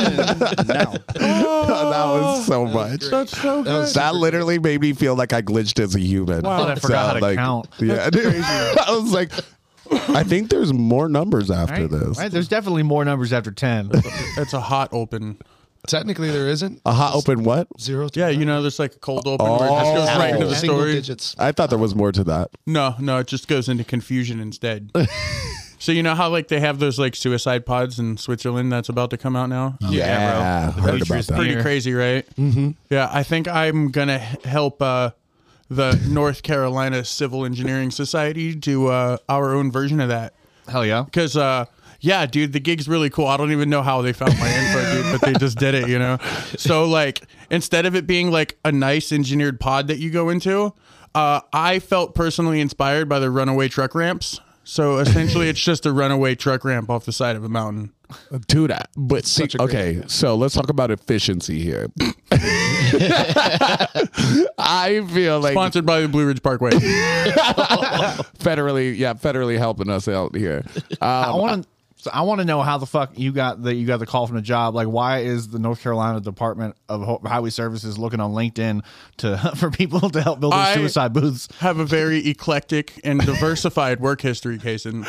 now. Oh. that was so much. That's so good. That literally made me feel like I glitched as a human. Wow. I forgot how to like, count. Yeah, dude, I was like, I think there's more numbers after Right? this. Right? There's definitely more numbers after 10. It's a hot open. Technically, there isn't A hot open what? zero. To Yeah, you know, there's like a cold open where it just goes right into the single story. digits. I thought there was more to that. No, no, it just goes into confusion instead. so you know how like they have those like suicide pods in Switzerland that's about to come out now? Oh. Yeah, bro. The heard future about is that. pretty- pretty Here. crazy, right? Mm-hmm. Yeah, I think I'm gonna h- help uh, the North Carolina Civil Engineering Society do uh, our own version of that Hell yeah. because. Uh, yeah, dude, the gig's really cool. I don't even know how they found my info, dude, but they just did it, you know? So, like, instead of it being like a nice engineered pod that you go into, uh, I felt personally inspired by the runaway truck ramps. So, essentially, it's just a runaway truck ramp off the side of a mountain. Dude, I- but see, a great okay, so let's talk about efficiency here. I feel like Sponsored by the Blue Ridge Parkway. federally, yeah, federally helping us out here. I want to. So I want to know how the fuck you got the you got the call from the job. Like, why is the North Carolina Department of Ho- Highway Services looking on LinkedIn to for people to help build their I- suicide booths? have a very eclectic and diversified work history, Kason.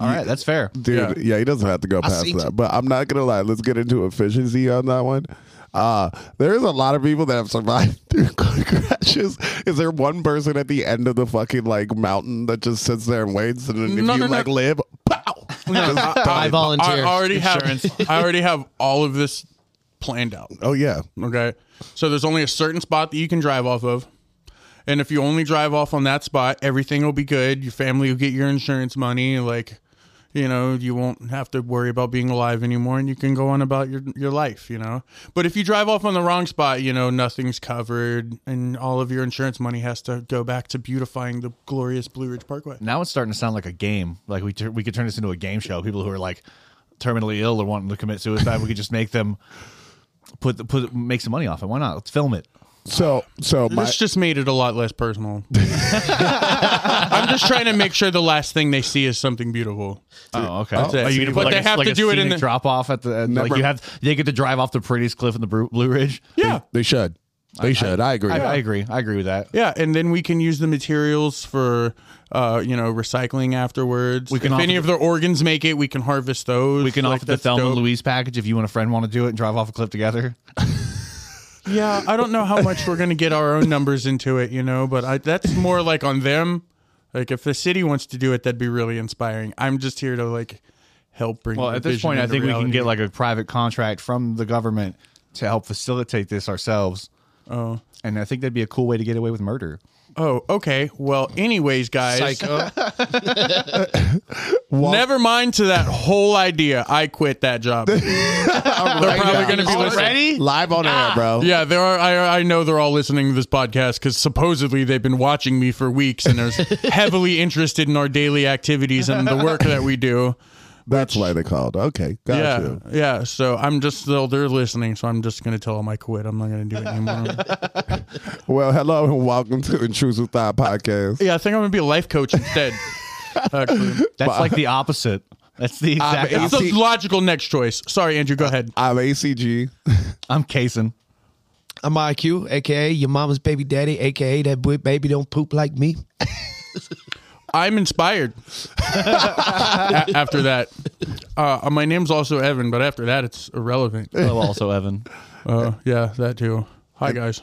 All right, that's fair. dude. Yeah. he doesn't have to go past see that. t- but I'm not gonna lie. Let's get into efficiency on that one. Uh, there is a lot of people that have survived through car crashes. Is there one person at the end of the fucking like mountain that just sits there and waits, and then if No, you no, no. like live, pow, just I die. I volunteer. already have I already have all of this planned out. Oh yeah, Okay. So there's only a certain spot that you can drive off of. And if you only drive off on that spot, everything will be good. Your family will get your insurance money. Like, you know, you won't have to worry about being alive anymore and you can go on about your, your life, you know. But if you drive off on the wrong spot, you know, nothing's covered and all of your insurance money has to go back to beautifying the glorious Blue Ridge Parkway. Now it's starting to sound like a game. Like we tur- we could turn this into a game show. People who are like terminally ill or wanting to commit suicide, we could just make them put the, put make some money off it. Why not? Let's film it. so so my This just made it a lot less personal. I'm just trying to make sure the last thing they see is something beautiful. Oh, okay. it. Are you gonna put But like they a, have like to a do it in scenic the- drop off at the end? Never- like you have they get to drive off the prettiest cliff in the Bru- Blue Ridge. Yeah. they should, they should. I, agree. I, I agree. I agree with that. Yeah, and then we can use the materials for, uh, you know, recycling afterwards. We can if offer any the- of their organs make it, we can harvest those. We can Like, offer the that's Thelma dope. and Louise package if you and a friend want to do it and drive off a cliff together. Yeah, I don't know how much we're gonna get our own numbers into it, you know, but I, that's more like on them. Like if the city wants to do it, that'd be really inspiring. I'm just here to like help bring. Well, the at this vision point, I into think we can reality. get like a private contract from the government to help facilitate this ourselves. Oh. And I think that'd be a cool way to get away with murder. Oh, okay. Well, anyways, guys, Psycho. never mind to that whole idea. I quit that job. They're probably now. gonna be listening. Ah. live on air, bro. Yeah, there are. I, I know they're all listening to this podcast because supposedly they've been watching me for weeks and are heavily interested in our daily activities and the work that we do. That's why they called. Okay, got yeah, you. yeah. So I'm just still they're listening, so I'm just gonna tell them I quit. I'm not gonna do it anymore. Well, hello and welcome to Intrusive Thought Podcast. yeah, I think I'm gonna be a life coach instead. Actually, That's like the opposite. That's the exact it's it's opposite. the logical next choice. Sorry, Andrew. Go ahead. I'm ACG. I'm casing. I'm IQ, aka your mama's baby daddy, aka that boy baby don't poop like me. I'm inspired. A- after that, uh, my name's also Evan, but after that, it's irrelevant. Oh, also Evan. Uh, yeah, that too. Hi guys.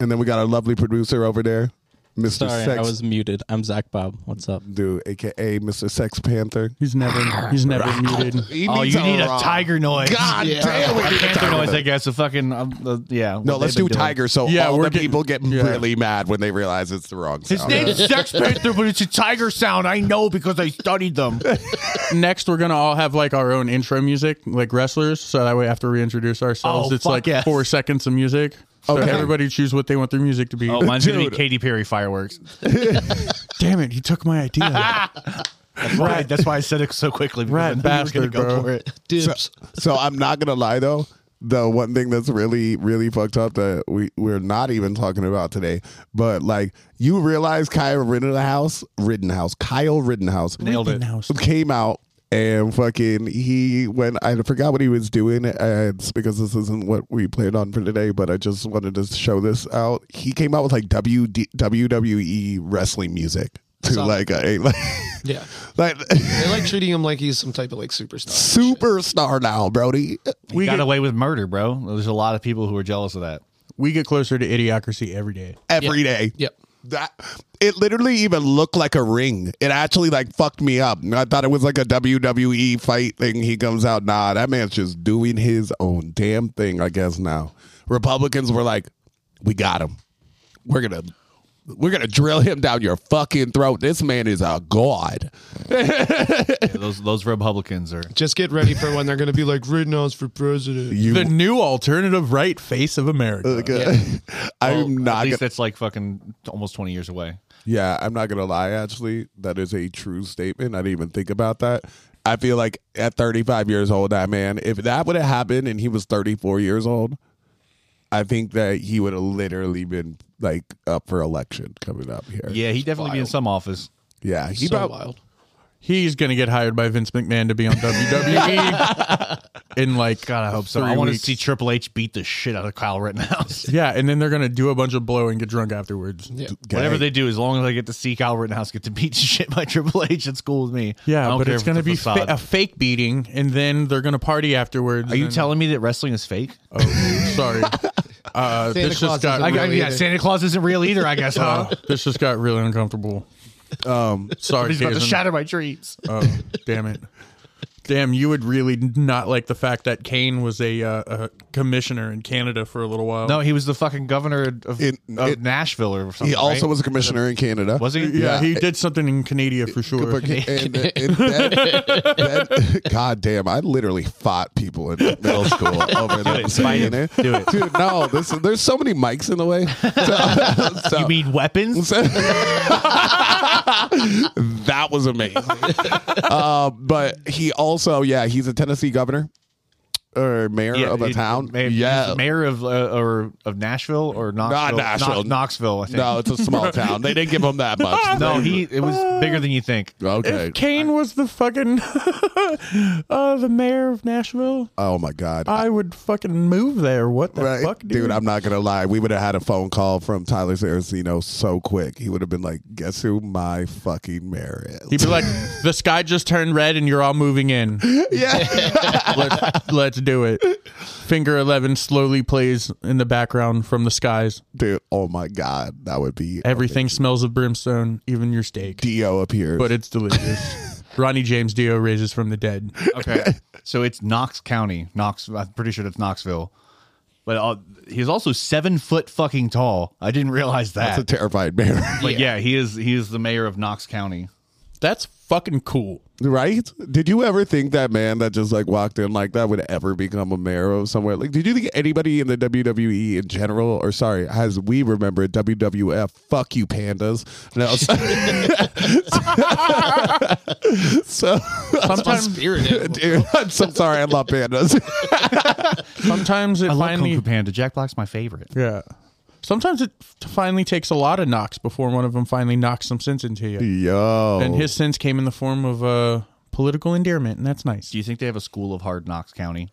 And then we got our lovely producer over there, Mr. Sorry, Sex I was muted. I'm Zach Bob. What's up? Dude, aka Mr. Sex Panther. He's never he's never muted. Oh, you need a tiger noise. God damn, we need a Panther tiger. noise, I guess. A fucking, um, uh, yeah. No, what let's they've do been doing. tiger so Yeah, all we're the getting- people get yeah. really mad when they realize it's the wrong His sound. name's Sex Panther, but it's a tiger sound. I know because I studied them. Next, we're gonna all have like our own intro music, like wrestlers. So that way, after we introduce ourselves, Oh, it's fuck like yes. four seconds of music. So Okay. everybody choose what they want their music to be. Oh, mine's going to Dude. be Katy Perry fireworks. damn it! He took my idea. That's why, that's why I said it so quickly. because Rat I knew you were gonna bastard, go bro. for it. Dibs. so I'm not gonna lie though. The one thing that's really, really fucked up that we, we're not even talking about today, but like you realize Kyle Rittenhouse, Rittenhouse, Kyle Rittenhouse Nailed it. House. came out and fucking he when I forgot what he was doing and it's because this isn't what we planned on for today, but I just wanted to show this out. He came out with like WD, WWE E wrestling music to Solid. like a like Yeah. like They like treating him like he's some type of like superstar. superstar now, Brody. We We got get- away with murder, bro. There's a lot of people who are jealous of that. We get closer to idiocracy every day. Every day. Yep. That it literally even looked like a ring. It actually like fucked me up. And I thought it was like a WWE fight thing. He comes out, nah, that man's just doing his own damn thing, I guess now. Republicans were like, We got him. We're gonna we're gonna drill him down your fucking throat. This man is a god. Yeah, those those Republicans are. Just get ready for when they're going to be like Rittenhouse for president. You The new alternative right face of America. I'm Oh, Well, At not least gonna that's like fucking almost twenty years away. Yeah, I'm not gonna lie. Actually, that is a true statement. I didn't even think about that. I feel like at 35 years old, that man, if that would have happened and he was 34 years old, I think that he would have literally been like up for election coming up here. Yeah, he'd definitely be in some office. yeah. He So prob- wild. He's gonna get hired by Vince McMahon to be on WWE in like God, I hope So I want to see Triple H beat the shit out of Kyle Rittenhouse. Yeah, and then they're gonna do a bunch of blow and get drunk afterwards. Yeah. Whatever they do, as long as I get to see Kyle Rittenhouse get to beat the shit by Triple H, it's cool with me. I Yeah, don't but care it's if gonna a be facade. fa- a fake beating, and then they're gonna party afterwards. Are you and- telling me that wrestling is fake? Oh, sorry. Uh, this Claus just got is a really, real- yeah, Santa Claus isn't real either. I guess. huh? this just got really uncomfortable. Um, Sorry, He's about to Kazen. shatter my dreams. Oh, damn it. Damn, you would really not like the fact that Kane was a, uh, a commissioner in Canada for a little while. No, he was the fucking governor of, It- of it- Nashville or something. he also right? was a commissioner in Canada. was he? yeah, he did something in Canada for sure. But- and- and that- that- God damn, I literally fought people in middle school over that. saying it. Do it. Dude, no, this, there's so many mics in the way. So- so- You mean weapons? that was amazing. uh, but he also, yeah, he's a Tennessee governor or mayor of a he- town. ma- he's yeah. the mayor of uh, or of Nashville or Knoxville. Nashville. Knox- Knoxville, I think. No, it's a small town. They didn't give him that much. No, he it was bigger than you think. Okay. If Kane was the fucking uh, the mayor of Nashville, oh my God. I would fucking move there. What the Right? fuck, dude? I'm not gonna lie. We would have had a phone call from Tyler Saraceno so quick. He would have been like, "Guess who my fucking mayor is?" He'd be like, "The sky just turned red, and you're all moving in. yeah, Let's, let's do it." Finger Eleven slowly plays in the background from the skies. dude. Oh my god, that would be Everything smells of brimstone, even your steak. Dio appears. but it's delicious. Ronnie James Dio raises from the dead. Okay, so it's Knox County. Knox. I'm pretty sure it's Knoxville. But uh, he's also seven foot fucking tall. I didn't realize that. that's a terrified mayor, but yeah. he is. He is the mayor of Knox County. That's fucking cool. right? Did you ever think that man that just like walked in like that would ever become a mayor of somewhere? Like, did you think anybody in the WWE in general, or sorry, as we remember it, WWF, fuck you pandas? No, so Sometimes, Dude, I'm so sorry. I love pandas. sometimes it I love finally, Kung Fu Panda. Jack Black's my favorite. yeah. Sometimes it finally takes a lot of knocks before one of them finally knocks some sense into you. Yo. And his sense came in the form of uh, political endearment, and that's nice. Do you think they have a school of hard Knox County?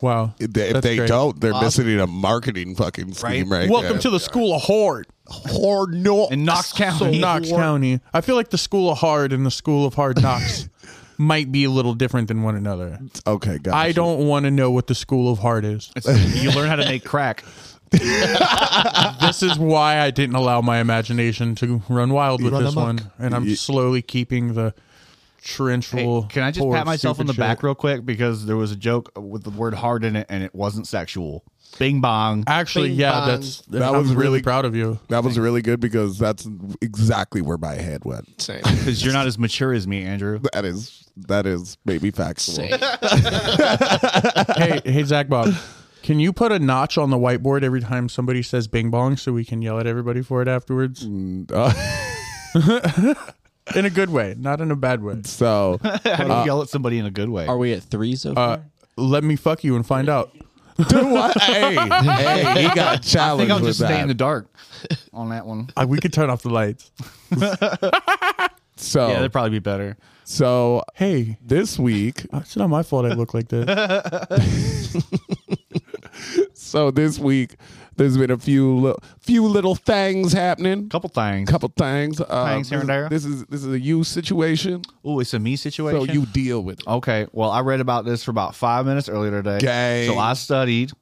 Wow. if they, if That's they great. don't, they're missing a marketing fucking scheme right, Welcome there. to the school of hard. Hard no. In Knox So County, Knox County. I feel like the school of hard and the school of hard knocks might be a little different than one another. Okay, guys. I don't want to know what the school of hard is. It's- you learn how to make crack. this is why I didn't allow my imagination to run wild with Run this amok. one, and I'm slowly keeping the Hey, torrential. can I just pour pat myself on the stupid back shit. real quick because there was a joke with the word hard in it and it wasn't sexual. Bing bong. Actually, Bing yeah, bong. that's that That I'm was really, really- proud of you. That was really good because that's exactly where my head went. Same. Because you're not as mature as me, Andrew. That is that is maybe factual. Same. hey, hey, Zach Bob, can you put a notch on the whiteboard every time somebody says "Bing Bong" so we can yell at everybody for it afterwards Uh, uh. in a good way, not in a bad way? so How do you yell at somebody in a good way? Are we at three so far? Let me fuck you and find out. dude, what? hey, hey, he got challenged I think I'll with just that. stay in the dark on that one. Uh, We could turn off the lights. So Yeah, they'd probably be better. so Hey, this week, it's not my fault I look like this. so this week, there's been a few li- few little things happening. Couple things. Couple things. Uh, Things here this and there. is- This is this is a you situation, Ooh, it's a me situation. so you deal with it. Okay. Well, I read about this for about five minutes earlier today. Gang. So I studied.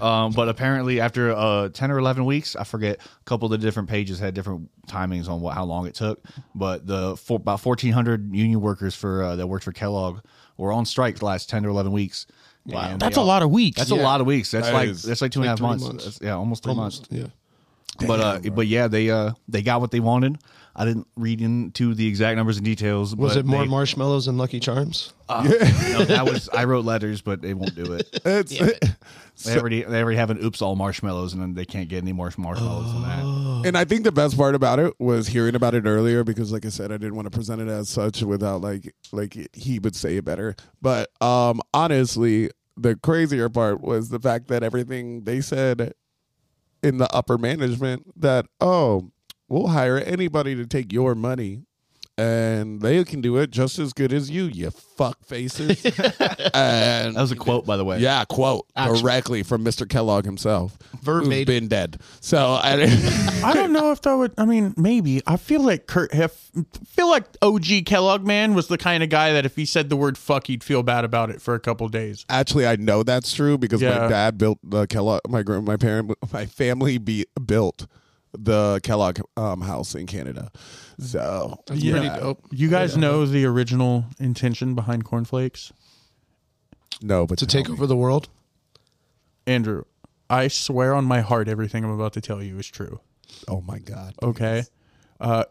Um, but apparently after uh, 10 or 11 weeks, I forget, a couple of the different pages had different timings on what how long it took. But the four, about 1,400 union workers for uh, that worked for Kellogg were on strike the last 10 or 11 weeks. Wow. That's a lot of weeks. That's a lot of weeks. That's That like is that's like two and a half like months. three months. That's- yeah, almost three months Yeah. but uh, but yeah, they uh, they got what they wanted. I didn't read into the exact numbers and details. Was but it more they- marshmallows and Lucky Charms? Uh, no, that was I wrote letters, but they won't do it. It's, They already they already have an oops all marshmallows, and then they can't get any more marshmallows than that. and I think the best part about it was hearing about it earlier because, like I said, I didn't want to present it as such without like like he would say it better. But um, honestly, the crazier part was the fact that everything they said in the upper management that oh, we'll hire anybody to take your money. And they can do it just as good as you, you fuck faces. That and was a quote, by the way. Yeah, quote directly from Mr. Kellogg himself, who's Verbatim. been dead. So I, I don't know if that would. I mean, maybe. I feel like Kurt. Hef, feel like OG Kellogg man was the kind of guy that if he said the word fuck, he'd feel bad about it for a couple days. actually I know that's true because my Yeah. dad built the Kellogg. My grand, my parent, my family be, built the Kellogg um, house in Canada. So You guys know the original intention behind cornflakes, no, but To tell take me. over the world? Andrew. I swear on my heart, everything I'm about to tell you is true. Oh my god. Okay. Uh,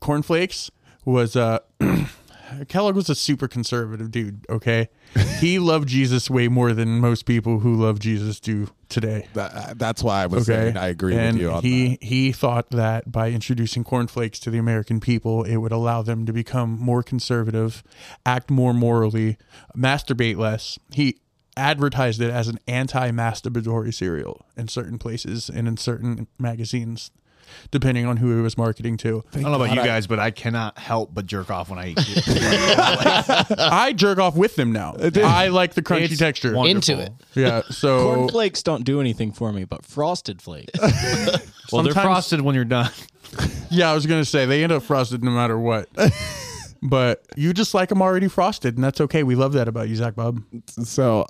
Cornflakes was uh, Kellogg was a super conservative dude. Okay, he loved Jesus way more than most people who love Jesus do today. That, that's why I was Okay, saying I agree and with you on he that. he thought that by introducing cornflakes to the American people, it would allow them to become more conservative, act more morally, masturbate less. He advertised it as an anti-masturbatory cereal in certain places and in certain magazines, depending on who he was marketing to. I don't know about you guys, but I cannot help but jerk off when I eat. it. I jerk off with them now. I like the crunchy It's texture. wonderful. Into it. Yeah, so Cornflakes don't do anything for me, but frosted flakes. Well, they're Sometimes- frosted when you're done. yeah, I was gonna say they end up frosted no matter what. But you just like them already frosted, and that's okay. We love that about you, Zach Bob. We So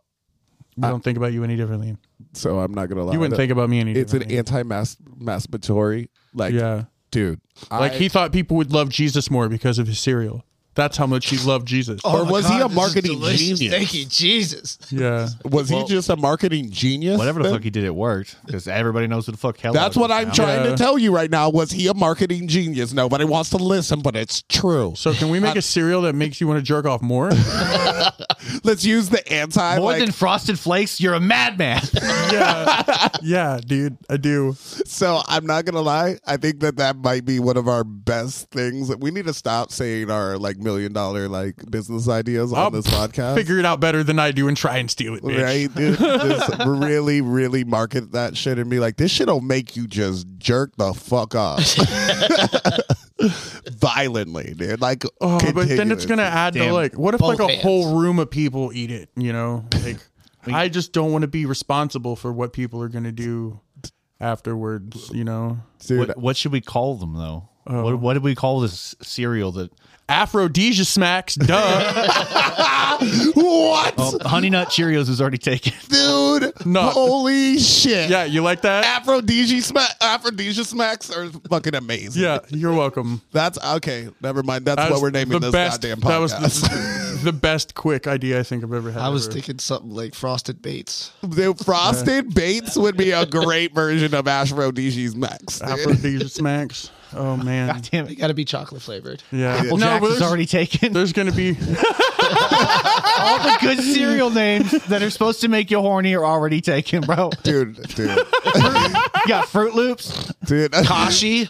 don't think about you any differently. so I'm not gonna lie. You wouldn't to- think about me any it's an differently. anti-masturbatory like Yeah. dude. like I- he thought people would love Jesus more because of his cereal. That's how much he loved Jesus. Oh or was he a marketing genius? Thank you, Jesus. Yeah. Was he just a marketing genius? Whatever the then? fuck he did, it worked because everybody knows who the fuck Kellogg. That's what is I'm now. trying Yeah. to tell you right now. Was he a marketing genius? Nobody wants to listen, but it's true. So So can we make a cereal that makes you want to jerk off more? let's use the anti. More like- than frosted flakes, you're a madman. yeah. Yeah, dude. I do. so I'm not gonna lie. I think that that might be one of our best things. We need to stop saying our like million dollar like business ideas on this podcast. Um, Figure it out better than I do and try and steal it, bitch. Right, Dude, just really, really market that shit and be like, this shit'll make you just jerk the fuck off violently, dude. Like, Oh, but then it's continuously. gonna add to Damn. like, what if Both like a hands. whole room of people eat it? You know, like I just don't want to be responsible for what people are gonna do afterwards. You know, dude. Oh. what, what should we call them though? What, what did we call this cereal that Aphrodisia smacks, duh. what? Oh, Honey Nut Cheerios is already taken. dude. No. Holy shit. yeah, you like that? Aphrodisia smack Aphrodisia smacks are fucking amazing. Yeah, you're welcome. That's okay. Never mind. That's That what was we're naming this goddamn podcast. That was the, the best quick idea I think I've ever had. I was ever. thinking something like Frosted Bates. Dude, Frosted Bates would be a great version of Aphrodisia's Max. Aphrodisia smacks. Oh man, God damn They it. got to be chocolate flavored. yeah. Well, no, but Jack's is there's, already taken. there's gonna be All the good cereal names that are supposed to make you horny are already taken, bro. Dude, dude, You got Fruit Loops. dude, Kashi?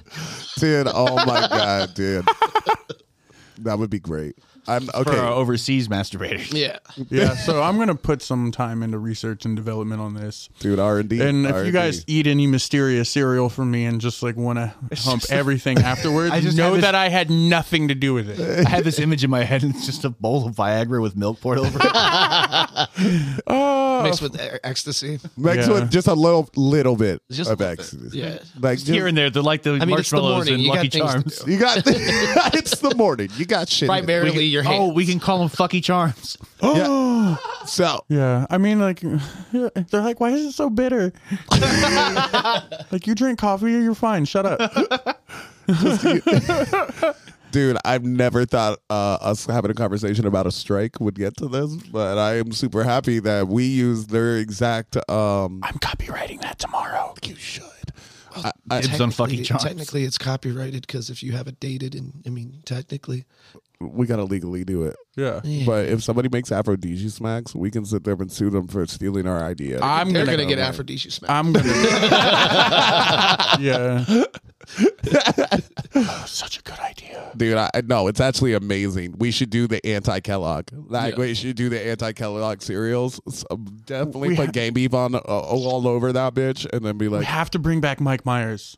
dude! Oh my god, dude! That would be great. I'm for uh, okay. overseas masturbators. Yeah. Yeah, so I'm gonna put some time into research and development on this. Dude, R and D. And if you guys eat any mysterious cereal from me and just like want to hump everything afterwards, I just know had this- that I had nothing to do with it. I have this image in my head, and it's just a bowl of Viagra with milk poured over it. Mixed with e- ecstasy. next Yeah. one, just a little little bit Just a of little bit, ecstasy. yeah. like just, Here and there, they're like the mean, it's the marshmallows morning, and you got Lucky things to Charms. you got it's the morning. You got shit. in it. Primarily your hand. Oh, we can call them Fucky Charms. Yeah. So Yeah, I mean, like they're like, why is it so bitter? like you drink coffee, you're fine. Shut up. Dude, I've never thought uh, us having a conversation about a strike would get to this, but I am super happy that we use their exact. Um, I'm copywriting that tomorrow. You should. Oh. I, I, Dibs on Fucky Uh, Technically- Charms. Technically, it's copyrighted because if you have it dated, and I mean, technically, we gotta legally do it. Yeah. But if somebody makes Aphrodisiac smacks, we can sit there and sue them for stealing our idea. I'm they're gonna. going to get man. aphrodisiac smack. I'm gonna. yeah. Oh, Such a good idea. Dude, I no, it's actually amazing. We should do the anti Kellogg. Like we should do the anti Kellogg cereals. So definitely We put ha- Game Beef on uh, all over that bitch, and then be We like, have to bring back Mike Myers.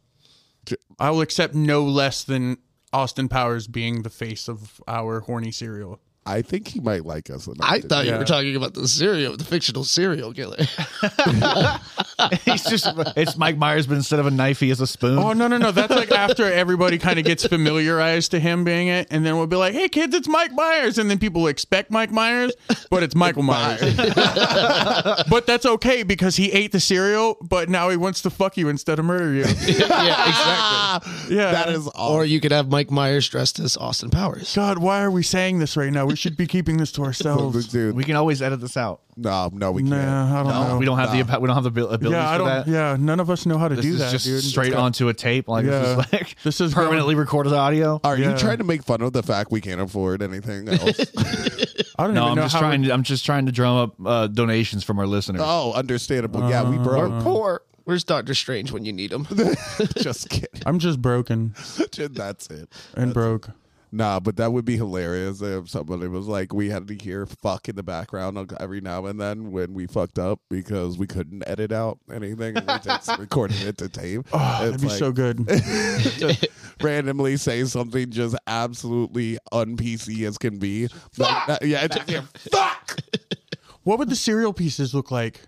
I will accept no less than Austin Powers being the face of our horny cereal. I think he might like us. enough I to- thought you Yeah. were talking about the serial, the fictional serial killer. He's just it's Mike Myers, but instead of a knife, he has a spoon. Oh no no no! That's like after everybody kind of gets familiarized to him being it, and then we'll be like, "Hey kids, it's Mike Myers," and then people expect Mike Myers, but it's Michael Myers. but that's okay because he ate the cereal, but now he wants to fuck you instead of murder you. yeah, exactly. Yeah, that is all. Or you could have Mike Myers dressed as Austin Powers. God. Why are we saying this right now? We should be keeping this to ourselves. Dude, We can always edit this out. no, no, we can't. Nah, I don't know. we don't have the ab- we don't have the abil- ability yeah, I for don't. that. Yeah, none of us know how to This do is that, just dude. straight onto a tape. Like Yeah. this is like This is permanently recorded audio. Are Yeah. you trying to make fun of the fact we can't afford anything else? I don't No, even I'm know just how trying. To, I'm just trying to drum up uh, donations from our listeners. oh, understandable. yeah, we We're broke. Uh. poor. Where's Doctor Strange when you need him? Just kidding. I'm just broken That's it. and broke. Nah, but that would be hilarious if somebody was like, we had to hear fuck in the background like, every now and then when we fucked up because we couldn't edit out anything. And we just recorded it to tape. Oh, That'd It's be like, so good. just randomly say something just absolutely un PC as can be. But, yeah, it's just, fuck What would the cereal pieces look like?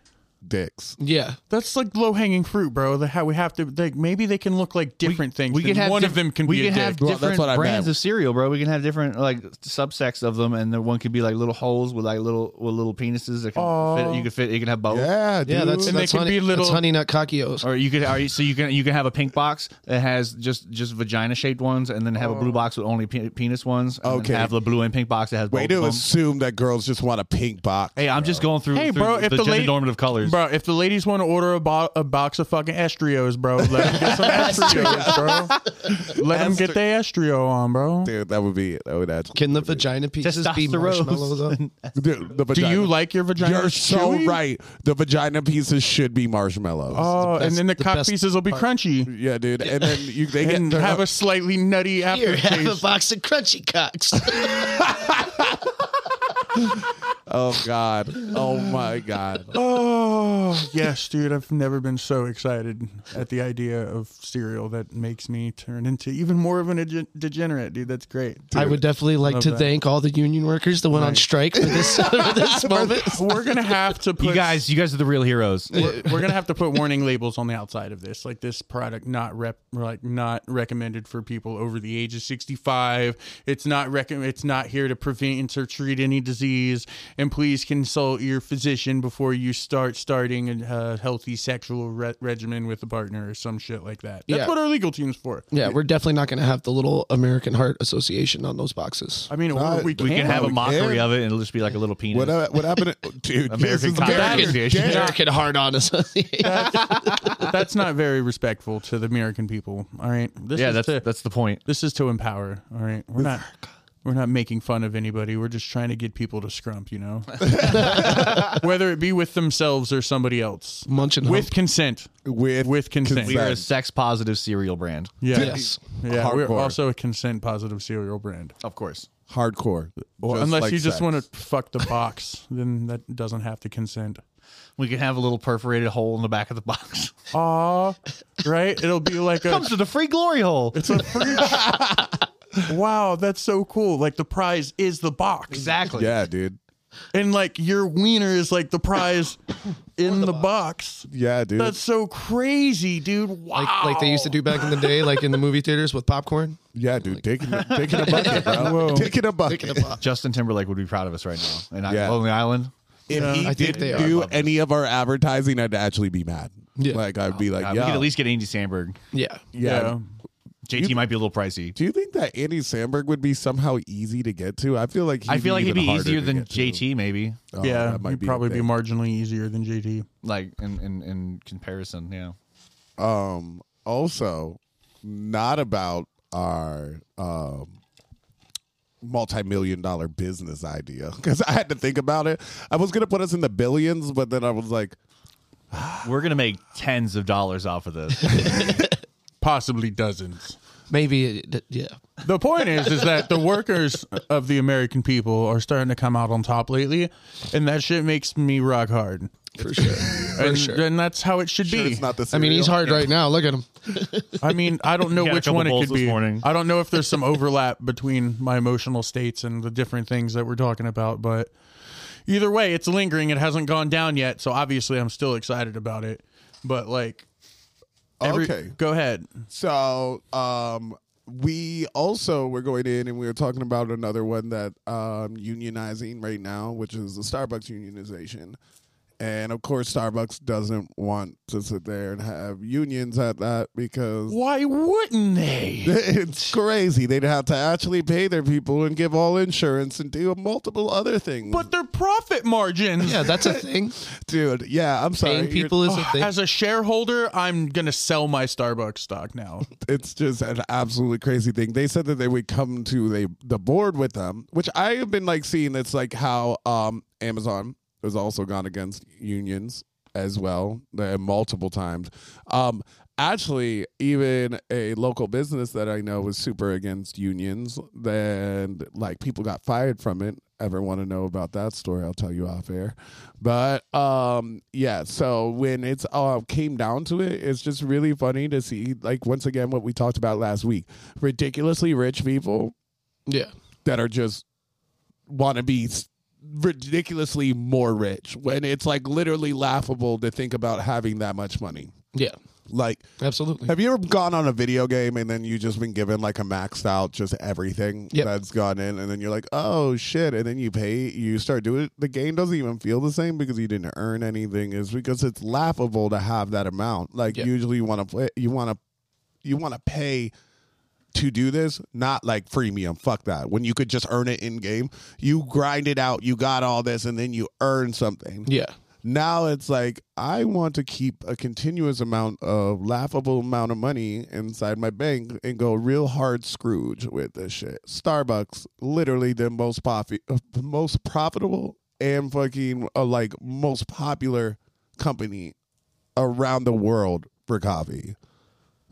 dicks. yeah. That's like low hanging fruit, bro. The, how we have to like maybe they can look like different things. we and can have one diff- of them can we be can a have dick. Well, that's different what I brands meant. of cereal, bro. We can have different like subsects of them, and the one could be like little holes with like little with little penises that can fit. You could fit. You can Oh. have both. Yeah, dude. Yeah, that's, And they that's can honey, be little- that's honey nut cockios. Or you could, or you, so you can you can have a pink box that has just just vagina shaped ones, and then have Oh. a blue box with only pe- penis ones. And then Okay. have the blue and pink box that has both. Way of to them. assume that girls just want a pink box. Hey, I'm just going through, Hey, through bro, the, if the gender late- normative colors. Bro, if the ladies want to order a, bo- a box of fucking estrios, bro, let them get some estrios, bro. Let them get their estrio on, bro. Dude, that would be it. That would actually. Can the vagina pieces be Testosterone. marshmallow though? Dude, the Do vagina. you like your vagina? You're so chewy? right. The vagina pieces should be marshmallows. Oh, best- and then the, the cock best pieces will be crunchy yeah, dude. And then you, they get and they're have not- a slightly nutty Here, have a aftertaste. box of crunchy cocks. Oh god. Oh my god. Oh yes, dude! I've never been so excited at the idea of cereal that makes me turn into even more of an degen- degenerate, dude. That's great. I would definitely like to that. thank all the union workers that went on strike for this, for this moment. We're gonna have to put you guys, you guys are the real heroes. We're, we're gonna have to put warning labels on the outside of this, like this product not rep, like not recommended for people over the age of sixty-five. It's not rec- It's not here to prevent or treat any disease. And please consult your physician before you start starting a uh, healthy sexual re- regimen with a partner or some shit like that. That's Yeah. what our legal team's for. Yeah, we're definitely not going to have the little American Heart Association on those boxes. I mean, or Uh, we can, We can have a we mockery can. of it, and it'll just be like a little penis. What uh, what happened to- dude? this American is Cock American Association. dick. American Heart on Association. That's not very respectful to the American people. All right, this yeah, is that's to- that's the point. This is to empower. All right, we're not we're not making fun of anybody. We're just trying to get people to scrump. You know, whether it be with themselves or somebody else, Munch and with hump. consent. With With consent. We are a sex positive cereal brand, Yeah. Yes. Yeah, we're Hardcore. also a consent positive cereal brand. of course. hardcore. Well, Just unless like you just sex. want to fuck the box, then that doesn't have to consent. We can have a little perforated hole in the back of the box. Aw, right? It'll be like a Comes to the free glory hole. it's a free- wow, that's so cool. Like the prize is the box, Exactly. Yeah, dude. and like your wiener is like the prize in the, box. Yeah, dude. That's so crazy, dude. Wow. Like, like they used to do back in the day, like in the movie theaters with popcorn. yeah, dude. Dick in, the, dick in a bucket, bro. Dick in a bucket. Justin Timberlake would be proud of us right now. And Yeah. I, Lonely Island. Uh, If he I think did they are. do any of our advertising, I'd actually be mad. Yeah. Like I'd be like, Uh, we yeah, could at least get Andy Sandberg. Yeah. yeah. Yeah. JT might be a little pricey. Do you think that Andy Sandberg would be somehow easy to get to? I feel like he'd I feel like he'd even be harder easier to than get to. JT, maybe. Oh, yeah, that might you'd be the probably be thing. marginally easier than JT. Like in, in, in comparison, yeah. um also not about our um multi-million dollar business idea because i had to think about it i was gonna put us in the billions but then i was like We're gonna make tens of dollars off of this. Possibly dozens. Maybe. It, yeah. The point is, is that the workers of the American people are starting to come out on top lately, and that shit makes me rock hard. For sure. For and, sure. and that's how it should sure, be. it's not the I mean, he's cereal. hard right now. Look at him. I mean, I don't know He had a which couple one it bowls could this be. morning. I don't know if there's some overlap between my emotional states and the different things that we're talking about, but either way, it's lingering. It hasn't gone down yet, so obviously I'm still excited about it. But like, every- Okay. go ahead. So um we also were going in and we were talking about another one that um unionizing right now, which is the Starbucks unionization. And of course Starbucks doesn't want to sit there and have unions at that because Why wouldn't they? it's crazy. They'd have to actually pay their people and give all insurance and do multiple other things. But their profit margins. Yeah, that's a thing. dude, yeah, I'm sorry. Paying You're- people is a thing. As a shareholder, I'm gonna sell my Starbucks stock now. it's just an absolutely crazy thing. They said that they would come to the the board with them, which I have been like seeing. That's like how um Amazon has also gone against unions as well uh, multiple times. Um, actually, even a local business that I know was super against unions. Then like people got fired from it. Ever want to know about that story? I'll tell you off air. But um, yeah, so when it's uh, came down to it, it's just really funny to see like once again what we talked about last week: ridiculously rich people Yeah. that are just want to be s- ridiculously more rich. When it's like literally laughable to think about having that much money. Yeah. Like, Absolutely. have you ever gone on a video game and then you just been given like a maxed out just everything Yep. that's gone in, and then you're like, oh shit, and then you pay, you start doing it. The game doesn't even feel the same because you didn't earn anything. Is because it's laughable to have that amount. Like Yep. usually you want to play, you want to, you want to pay to do this, not like freemium. Fuck that. When you could just earn it in game, you grind it out, you got all this, and then you earn something Yeah. now it's like I want to keep a continuous amount of laughable amount of money inside my bank and go real hard Scrooge with this shit. Starbucks, literally the most profi- uh, most profitable and fucking uh, like most popular company around the world for coffee.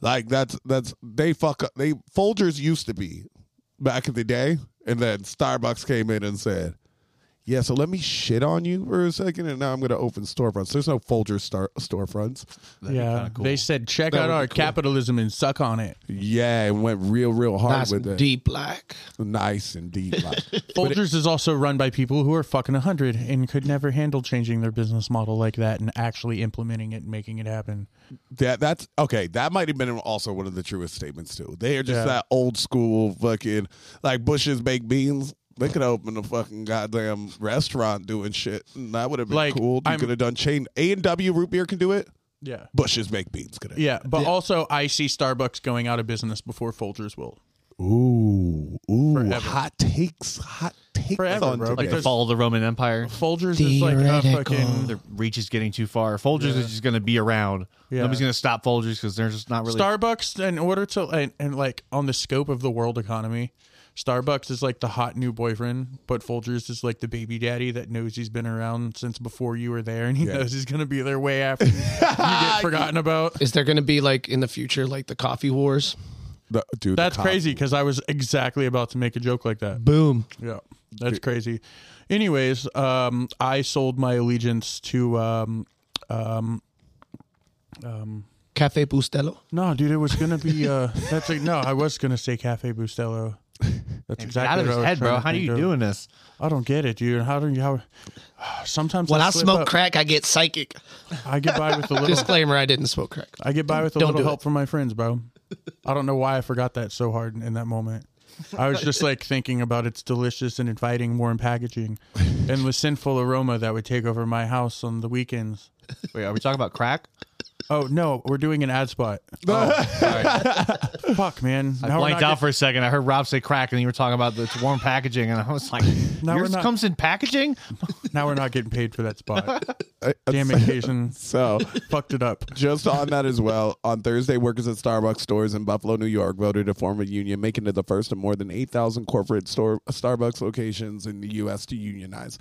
Like that's that's they fuck up. They Folgers used to be back in the day, and then Starbucks came in and said, "Yeah, so let me shit on you for a second, and now I'm gonna open storefronts." There's no Folgers star- storefronts. yeah, they said check out our capitalism and suck on it. Yeah, it went real, real hard Nice with it. deep black. Nice and deep. like. Folgers is also run by people who are fucking 100 and could never handle changing their business model like that and actually implementing it and making it happen. that that's okay. That might have been also one of the truest statements too. They are just Yeah. that old school fucking like Bush's baked beans. They could open a fucking goddamn restaurant doing shit. And that would have been Like, cool. You I'm- could have done chain A and W root beer can do it. Yeah. Bush's baked beans could have. Yeah, but also I see Starbucks going out of business before Folgers will. Ooh, ooh, Forever. hot takes, hot takes Forever, on bro. today. Like Because- the fall of the Roman Empire. Folgers is like a Theoretical. fucking The reach is getting too far. Folgers is just gonna be around. Yeah. Nobody's gonna stop Folgers because they're just not really Starbucks in order to and, and like on the scope of the world economy, Starbucks is like the hot new boyfriend, but Folgers is like the baby daddy that knows he's been around since before you were there and he knows he's going to be there way after you get forgotten about. Is there going to be like in the future, like the coffee wars? The, dude, the That's cop- crazy because I was exactly about to make a joke like that. Boom. Yeah, that's crazy. Anyways, um, I sold my allegiance to um, Cafe Bustelo. no, dude. It was gonna be uh, that's like, no. I was gonna say Cafe Bustelo. That's exactly out of what his I was head, trying bro. to How are think you of. doing this? I don't get it, dude. How do you how? Sometimes When I slip smoke up. crack, I get psychic. I get by with a little. Disclaimer: I didn't smoke crack. I get by with a Don't little do help from my friends, bro. I don't know why I forgot that so hard in, in that moment. I was just like thinking about its delicious and inviting warm packaging and the sinful aroma that would take over my house on the weekends. Wait, are we talking about crack? Oh no, we're doing an ad spot. Fuck, man. Now we're Blanked not out for a second. I heard Rob say crack, and you were talking about the it's warm packaging, and I was like, we're "Yours not- comes in packaging." get- now we're not getting paid for that spot. Uh, uh, Damn it, Jason. So, Fucked it up. just on that as well, on Thursday, workers at Starbucks stores in Buffalo, New York voted to form a union, making it the first of more than 8,000 corporate store Starbucks locations in the U.S. to unionize.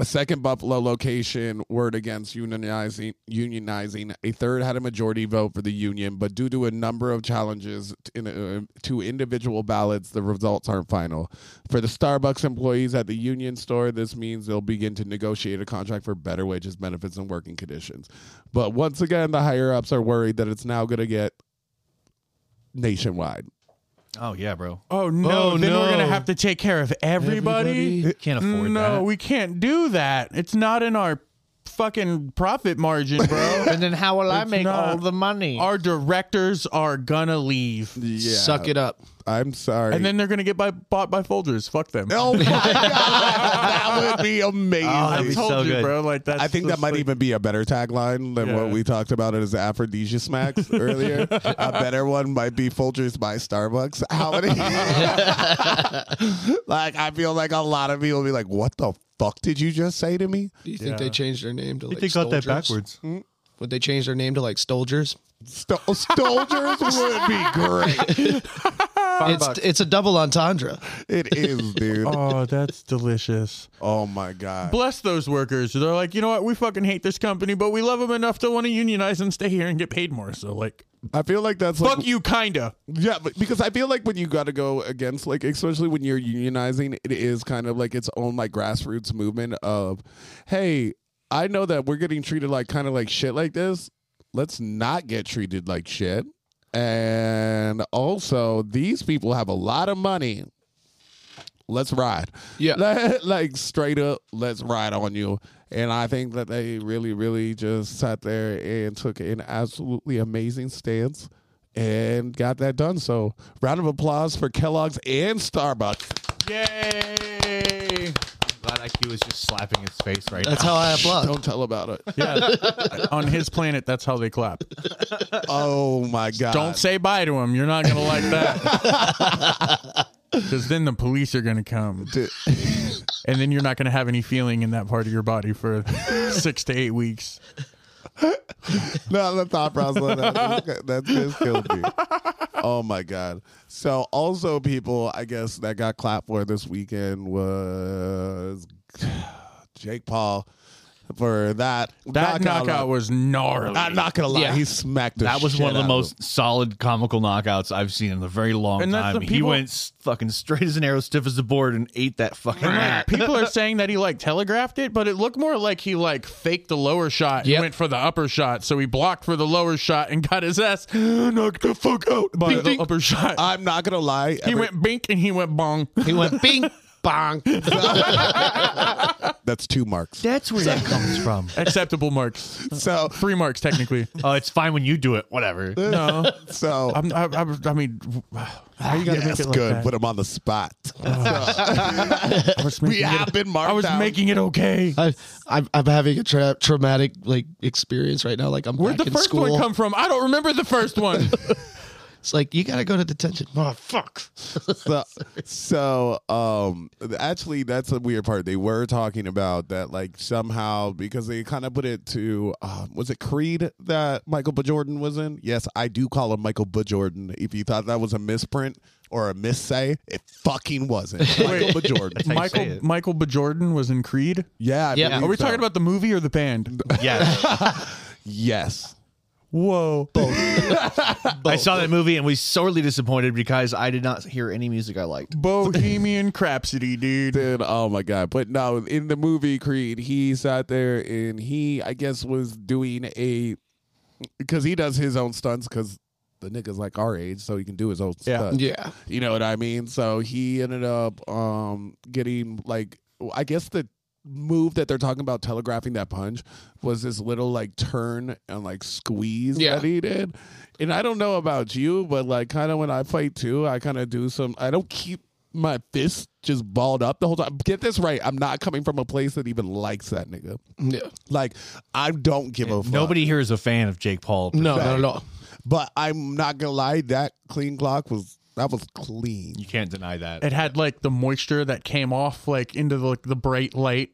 A second Buffalo location word against unionizing. Unionizing. A third had a majority vote for the union, but due to a number of challenges t- in, uh, to individual ballots, the results aren't final. For the Starbucks employees at the union store, this means they'll begin to negotiate a contract for better wages, benefits, and working conditions. But once again, the higher ups are worried that it's now going to get nationwide. Oh yeah, bro. Oh no, Oh, then we're gonna no. have to take care of everybody. Can't afford no, that. we can't do that. It's not in our fucking profit margin, bro. and then how will I It's make not- Oh, all the money? our directors are gonna leave, Yeah, Suck it up. I'm sorry. and then they're gonna get by, bought by Folgers. Fuck them. oh my god, that would be amazing. Oh, that'd I be told so you, good. bro. Like that's I think that just might like- even be a better tagline than Yeah. what we talked about as aphrodisia smacks earlier. a better one might be Folgers by Starbucks. How many? like, I feel like a lot of people be like, "What the fuck did you just say to me?" Do you think they changed their name to like? Stolgers? Would they change their name to like Stolgers? Sto- Stolgers would be great. It's it's a double entendre. It is, dude. Oh, Oh, that's delicious. my god. Bless those workers. They're like, you know what? We fucking hate this company, but we love them enough to want to unionize and stay here and get paid more. So, like, I feel like that's like fuck you, kinda. Yeah, but because I feel like when you got to go against, like, especially when you're unionizing, it is kind of like its own, like, grassroots movement of, hey, I know that we're getting treated like kind of like shit like this. Let's not get treated like shit. And also, these people have a lot of money. Let's ride. Yeah. Like, like, straight up, let's ride on you. And I think that they really, really just sat there and took an absolutely amazing stance and got that done. So, round of applause for Kellogg's and Starbucks. Yay! Glad IQ is just slapping his face right That's how I applaud. Don't tell about it. Yeah, on his planet, that's how they clap. Oh my God. Don't say bye to him. You're not gonna like that. Because then the police are gonna come, and then you're not gonna have any feeling in that part of your body for six to eight weeks. no, the thought process. That just, that just killed me. Oh my god! So also, people, I guess that got clapped for this weekend was Jake Paul for that That knockout, round. was gnarly. I'm not gonna lie, Yeah. he smacked. The That was shit one of out the most solid comical knockouts I've seen in a very long And that's time. the he people- went s- fucking straight as an arrow, stiff as a board, and ate that fucking Right. rat. People are saying that he like telegraphed it, but it looked more like he like faked the lower shot and Yep. went for the upper shot. So he blocked for the lower shot and got his ass knocked the fuck out by the upper shot. I'm not gonna lie. he every- went bink and he went bong. He went bing bong. That's two marks. That's where that comes from. Acceptable marks, So three marks technically. Oh, it's fine when you do it. Whatever. No, so I'm, I, I, I mean, how you gotta yes, make it like good. that? Put him on the spot. I was we making have it, been marked. I was out. making it okay. I, I'm I'm having a tra- traumatic like experience right now. Like I'm Where'd back the in first school. one come from? I don't remember the first one. It's like you gotta go to detention. Oh fuck. so, so um actually that's a weird part they were talking about that like somehow because they kind of put it to um, was it creed that michael b jordan was in yes i do call him michael b jordan if you thought that was a misprint or a missay it fucking wasn't michael b jordan you say Michael it. uh, Michael B. Jordan was in Creed. yeah I Yeah. believe Are we so. talking about the movie or the band? Yes. yes Whoa. I saw that movie and was sorely disappointed because I did not hear any music I liked. Bohemian Crapsody, dude. Dude, oh my god! But no, in the movie Creed, he sat there and he, I guess, was doing a because he does his own stunts because the nigga's like our age, so he can do his own Yeah. stunts. Yeah. You know what I mean? So he ended up um getting like I guess the move that they're talking about telegraphing that punch was this little like turn and like squeeze Yeah. that he did. And I don't know about you, but like kind of when I fight too, I kind of do some I don't keep my fist just balled up the whole time. Get this right. I'm not coming from a place that even likes that nigga. Yeah. Like I don't give a fuck. Nobody here is a fan of Jake Paul. No, not at all. but I'm not gonna lie, that clean clock was that was clean. You can't deny that. It had like the moisture that came off like into the like the bright light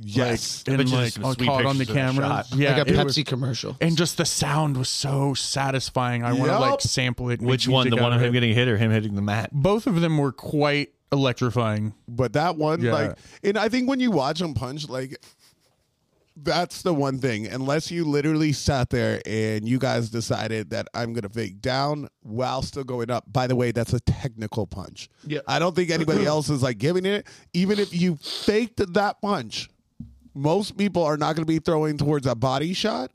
Yes. bet and you like there's some sweet caught on the pictures of that camera. shot. Yeah, like a it Pepsi was- commercial. and just the sound was so satisfying. I want to Yup. like sample it. and Which make one? The music one out of it. him getting hit or him hitting the mat? Both of them were quite electrifying. But that one, Yeah. like, and I think when you watch him punch, like, that's the one thing. Unless you literally sat there and you guys decided that I'm going to fake down while still going up. By the way, that's a technical punch. Yeah. I don't think anybody else is like giving it. Even if you faked that punch, most people are not going to be throwing towards a body shot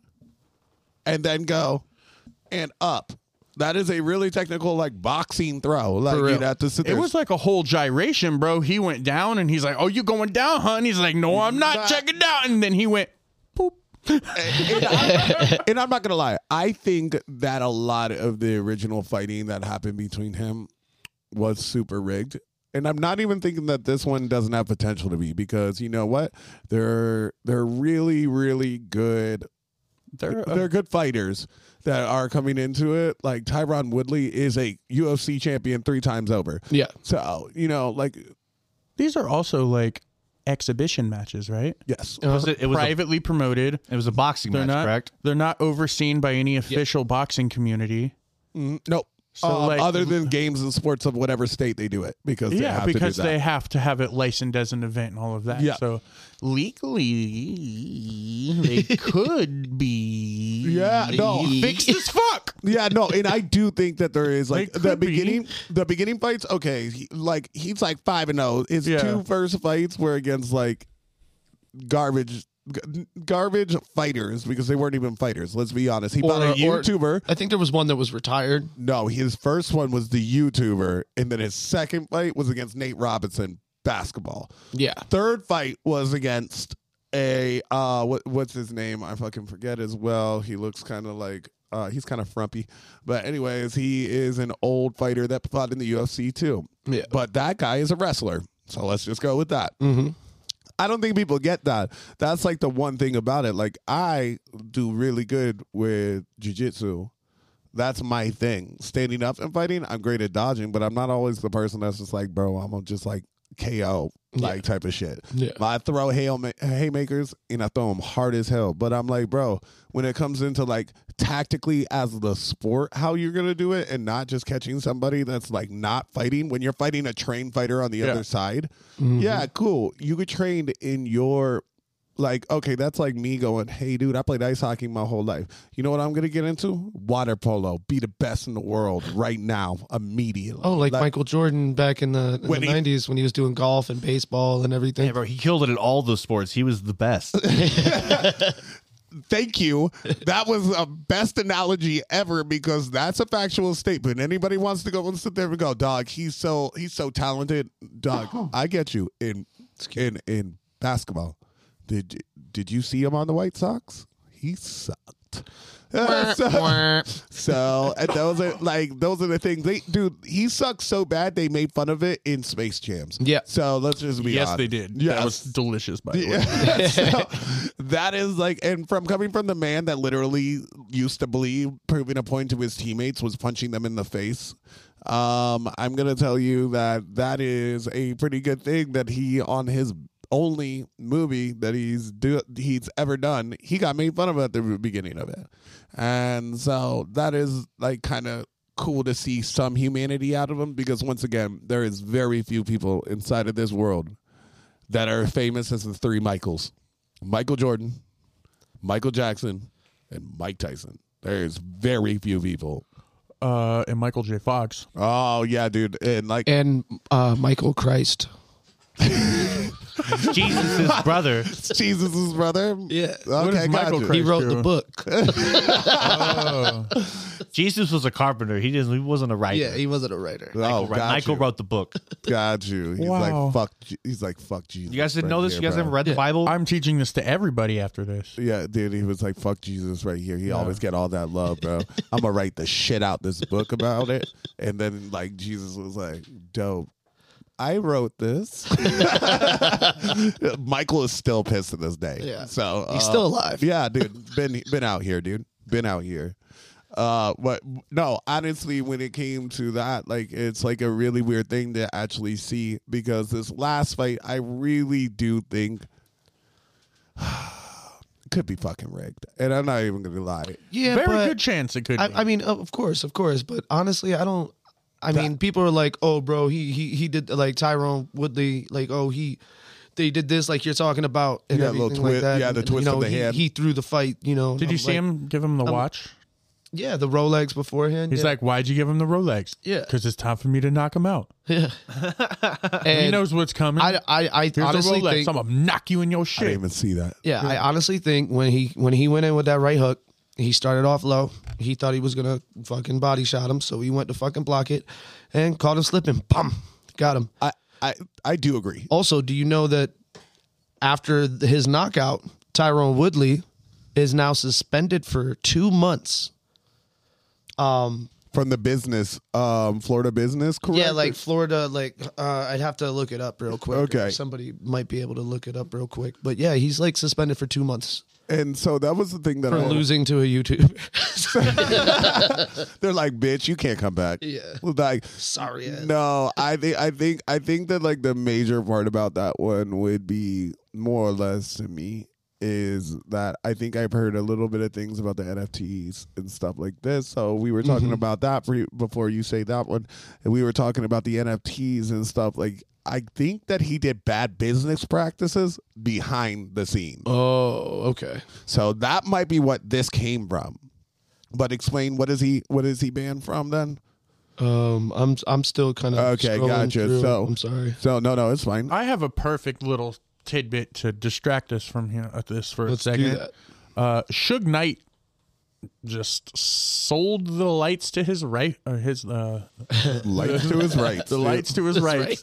and then go and up. That is a really technical, like boxing throw. Like real. you'd have to sit there. It was like a whole gyration, bro. He went down and he's like, "Oh, you going down, hun?" He's like, "No, I'm not. Nah. Check it out." And then he went, "Boop." and, I'm, and I'm not gonna lie, I think that a lot of the original fighting that happened between him was super rigged. And I'm not even thinking that this one doesn't have potential to be because you know what? They're they're really, really good They're, uh, they're good fighters that are coming into it. Like Tyron Woodley is a UFC champion three times over. Yeah. So, you know, like these are also like exhibition matches, right? yes. Uh, Was it, it was a, Privately promoted. it was a boxing They're match, not correct? they're not overseen by any official boxing community. Mm, nope. So, Um, like- other than games and sports of whatever state they do it because they yeah, have because to do that. they have to have it licensed as an event and all of that. Yeah. So legally, they could be. Yeah, no. fixed as fuck. Yeah, no, and I do think that there is like They the could be. beginning, the beginning fights. Okay, he, like he's like five and zero. His Yeah. two first fights were against like garbage, g- garbage fighters because they weren't even fighters. Let's be honest. He bought a Or- or- YouTuber. I think there was one that was retired. no, his first one was the YouTuber, and then his second fight was against Nate Robinson basketball. Yeah. Third fight was against a uh what what's his name? I fucking forget as well. He looks kind of like uh he's kind of frumpy. But anyways, he is an old fighter that fought in the UFC too. Yeah. But that guy is a wrestler. So let's just go with that. I don't think people get that. That's like the one thing about it. Like I do really good with jujitsu. That's my thing. Standing up and fighting, I'm great at dodging, but I'm not always the person that's just like, bro, I'm gonna just like KO like type of shit. Yeah. But I throw hail haymakers and I throw them hard as hell. But I'm like, bro, when it comes into like tactically as the sport, how you're gonna do it, and not just catching somebody that's like not fighting. When you're fighting a trained fighter on the other side, yeah, cool. You get trained in your like okay that's like me going hey dude i played ice hockey my whole life you know what i'm gonna get into water polo be the best in the world right now immediately Oh, like, Like- Michael Jordan back in the, in When the he- 90s when he was doing golf and baseball and everything. Yeah, bro, he killed it at all those sports. He was the best. thank you. That was a best analogy ever because that's a factual statement. Anybody wants to go and sit there and go, dog, he's so he's so talented. Dog, I get you in in in basketball. Did did you see him on the White Sox? He sucked. Uh, so, so, and those are like those are the things they dude, he sucks so bad they made fun of it in Space Jams. Yeah. So let's just be Yes, honest. they did. Yes. That was delicious, by the way. Yeah. so that is like, and from coming from the man that literally used to believe proving a point to his teammates was punching them in the face. Um, I'm gonna tell you that that is a pretty good thing that he on his only movie that he's do he's ever done. He got made fun of at the beginning of it, and so that is like kind of cool to see some humanity out of him because once again there is very few people inside of this world that are famous as the three Michaels Michael Jordan, Michael Jackson, and Mike Tyson. There's very few people. uh, and Michael J. Fox. Oh yeah, dude, and like and uh, Michael Christ. Jesus' brother. Jesus's brother. Yeah. What is okay, Michael gotcha. He Christ wrote do? the book. Jesus was a carpenter. He didn't. He wasn't a writer. yeah, he wasn't a writer. Oh, Right, got Michael you. wrote the book. Got you. He's Wow. like fuck. Je- He's like fuck Jesus. You guys didn't right know this. here, you guys bro. haven't read the Bible. I'm teaching this to everybody after this. Yeah, dude, he was like, "Fuck Jesus," right here. He always get all that love, bro. I'm gonna write the shit out this book about it, and then like Jesus was like, "Dope, I wrote this." Michael is still pissed to this day. Yeah. so He's uh, still alive. Yeah, dude, been been out here, dude, been out here. Uh, but no, honestly, when it came to that, like it's like a really weird thing to actually see because this last fight, I really do think could be fucking rigged, and I'm not even gonna lie. Yeah, Very but good chance it could. be. I, I mean, of course, of course, but honestly, I don't. I mean, people are like, "Oh, bro, he he he did like Tyrone Woodley, like, oh, he they did this, like you're talking about, and Yeah, little everything twi- like that." yeah, the And, twist you of know, the he, hand. He threw the fight, you know. and Did I'm you see like- him give him the watch? Yeah, the Rolex beforehand. He's yeah. like, "Why'd you give him the Rolex?" Yeah. because it's time for me to knock him out. and he knows what's coming. I I I Here's honestly the Rolex. think I'm gonna knock you in your I didn't shit. even see that. Yeah, I honestly think when he when he went in with that right hook, he started off low. He thought he was gonna fucking body shot him, so he went to fucking block it and caught him slipping. Bum, got him. I I I do agree. Also, do you know that after th- his knockout, Tyrone Woodley is now suspended for two months? From the business, um, Florida business, correct? Yeah, like Florida, like uh, I'd have to look it up real quick. or Okay. somebody might be able to look it up real quick. But yeah, he's like suspended for two months and so that was the thing that for I losing to a YouTuber. They're like, bitch, you can't come back. Yeah. Like, Sorry, Ed. No, I think I think I think that like the major part about that one would be more or less to me is that I think I've heard a little bit of things about the NFTs and stuff like this. So we were Mm-hmm. talking about that pre- before you say that one, and we were talking about the NFTs and stuff like. I think that he did bad business practices behind the scenes. oh, okay. So that might be what this came from. But explain what is he what is he banned from then? Um, I'm I'm still kind of Okay, gotcha. So I'm sorry. So no, no, it's fine. I have a perfect little tidbit to distract us from here at this for Let's a do second. that. Uh, Suge Knight just sold the lights to his right, or his uh, Lights to his right. the lights to his right.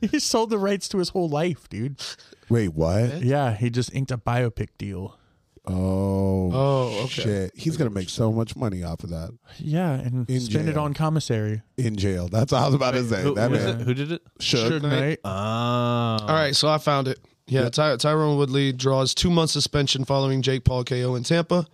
he sold the rights to his whole life, dude. Wait, what? Yeah, he just inked a biopic deal. Oh. Oh, okay. Shit, he's gonna make so much money off of that Yeah, and In spend it jail. on commissary. in jail. That's what I was about to say. who, that who was man it? Who did it? shook. Suge Knight. Oh, All right, so I found it. Yeah, Ty- Tyrone Woodley draws two months suspension following Jake Paul KO in Tampa.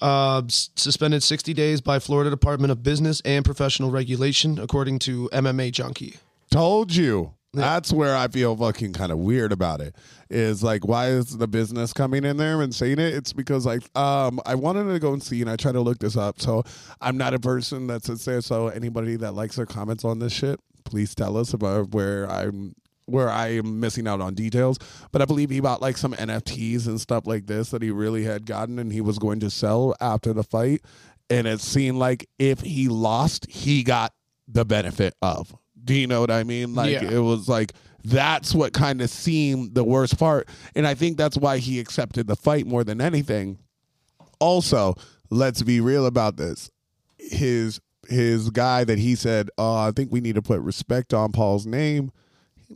Uh, s- suspended 60 days by Florida Department of Business and Professional Regulation, according to MMA Junkie. Told you. That's where I feel fucking kind of weird about it. Is like, why is the business coming in there and saying it? It's because like, um, I wanted to go and see, and I tried to look this up. So I'm not a person that sits there. So anybody that likes or comments on this shit, please tell us about where I'm where I am missing out on details. But I believe he bought like some NFTs and stuff like this that he really had gotten, and he was going to sell after the fight. And it seemed like if he lost, he got the benefit of. Do you know what I mean? Like Yeah. it was like that's what kind of seemed the worst part. And I think that's why he accepted the fight more than anything. Also, let's be real about this. His his guy that he said, Oh, I think we need to put respect on Paul's name.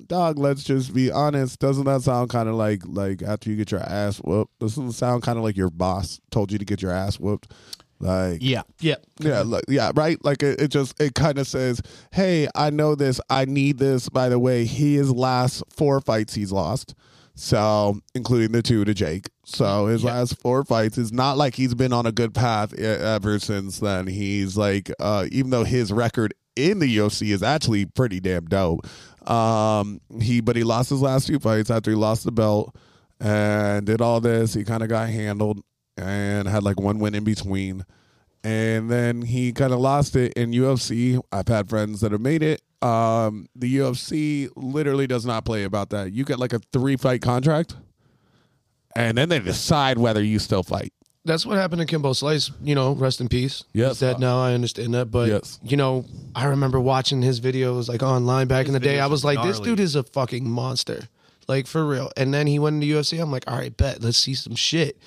Dog, let's just be honest. Doesn't that sound kind of like like after you get your ass whooped? Doesn't it sound kind of like your boss told you to get your ass whooped? Like Yeah. Yeah. yeah, like, yeah, right. Like it, it just it kind of says, "Hey, I know this. I need this." By the way, he his last four fights he's lost, so including the two to Jake. So his last four fights is not like he's been on a good path e- ever since then. He's like, uh, even though his record in the UFC is actually pretty damn dope, um, he but he lost his last two fights after he lost the belt and did all this. He kind of got handled and had like one win in between and then he kind of lost it in UFC. I've had friends that have made it. Um, the UFC literally does not play about that. You get like a three fight contract, and then they decide whether you still fight. that's what happened to Kimbo Slice. You know, rest in peace. Yes. He's dead now. I understand that, but Yes. you know, I remember watching his videos like online back in the day. videos I was are like, this gnarly. dude is a fucking monster, like for real. And then he went into UFC. I'm like, all right, bet let's see some shit.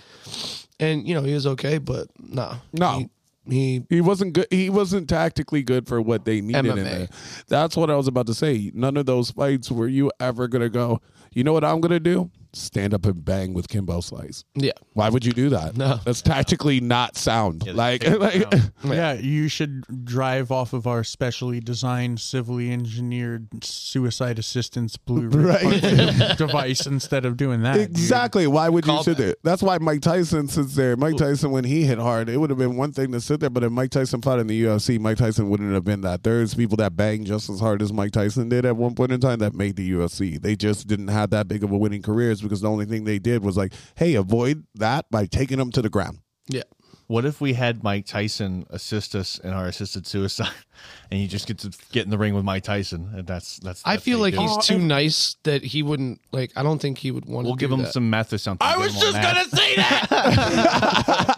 And you know, he was okay, but nah, No. he, he He wasn't good. He wasn't tactically good for what they needed in MMA. there. That's what I was about to say. None of those fights were you ever gonna go. You know what I'm gonna do? Stand up and bang with Kimbo Slice. yeah. Why would you do that? No. that's tactically not sound. like, like Yeah, you should drive off of our specially designed, civilly engineered suicide assistance blue right. device instead of doing that. dude. exactly. Why would you sit there? That's why Mike Tyson sits there. Mike Tyson, when he hit hard, it would have been one thing to sit there. But if Mike Tyson fought in the UFC, Mike Tyson wouldn't have been that. There's people that banged just as hard as Mike Tyson did at one point in time that made the UFC. They just didn't have that big of a winning careers because the only thing they did was like, hey, avoid that by taking them to the ground. Yeah. What if we had Mike Tyson assist us in our assisted suicide, and you just get to get in the ring with Mike Tyson, and that's that's. I that's feel how you like do it. he's too nice that he wouldn't like. I don't think he would want. We'll to give do him that. some meth or something. I Give was him all just meth. gonna say that.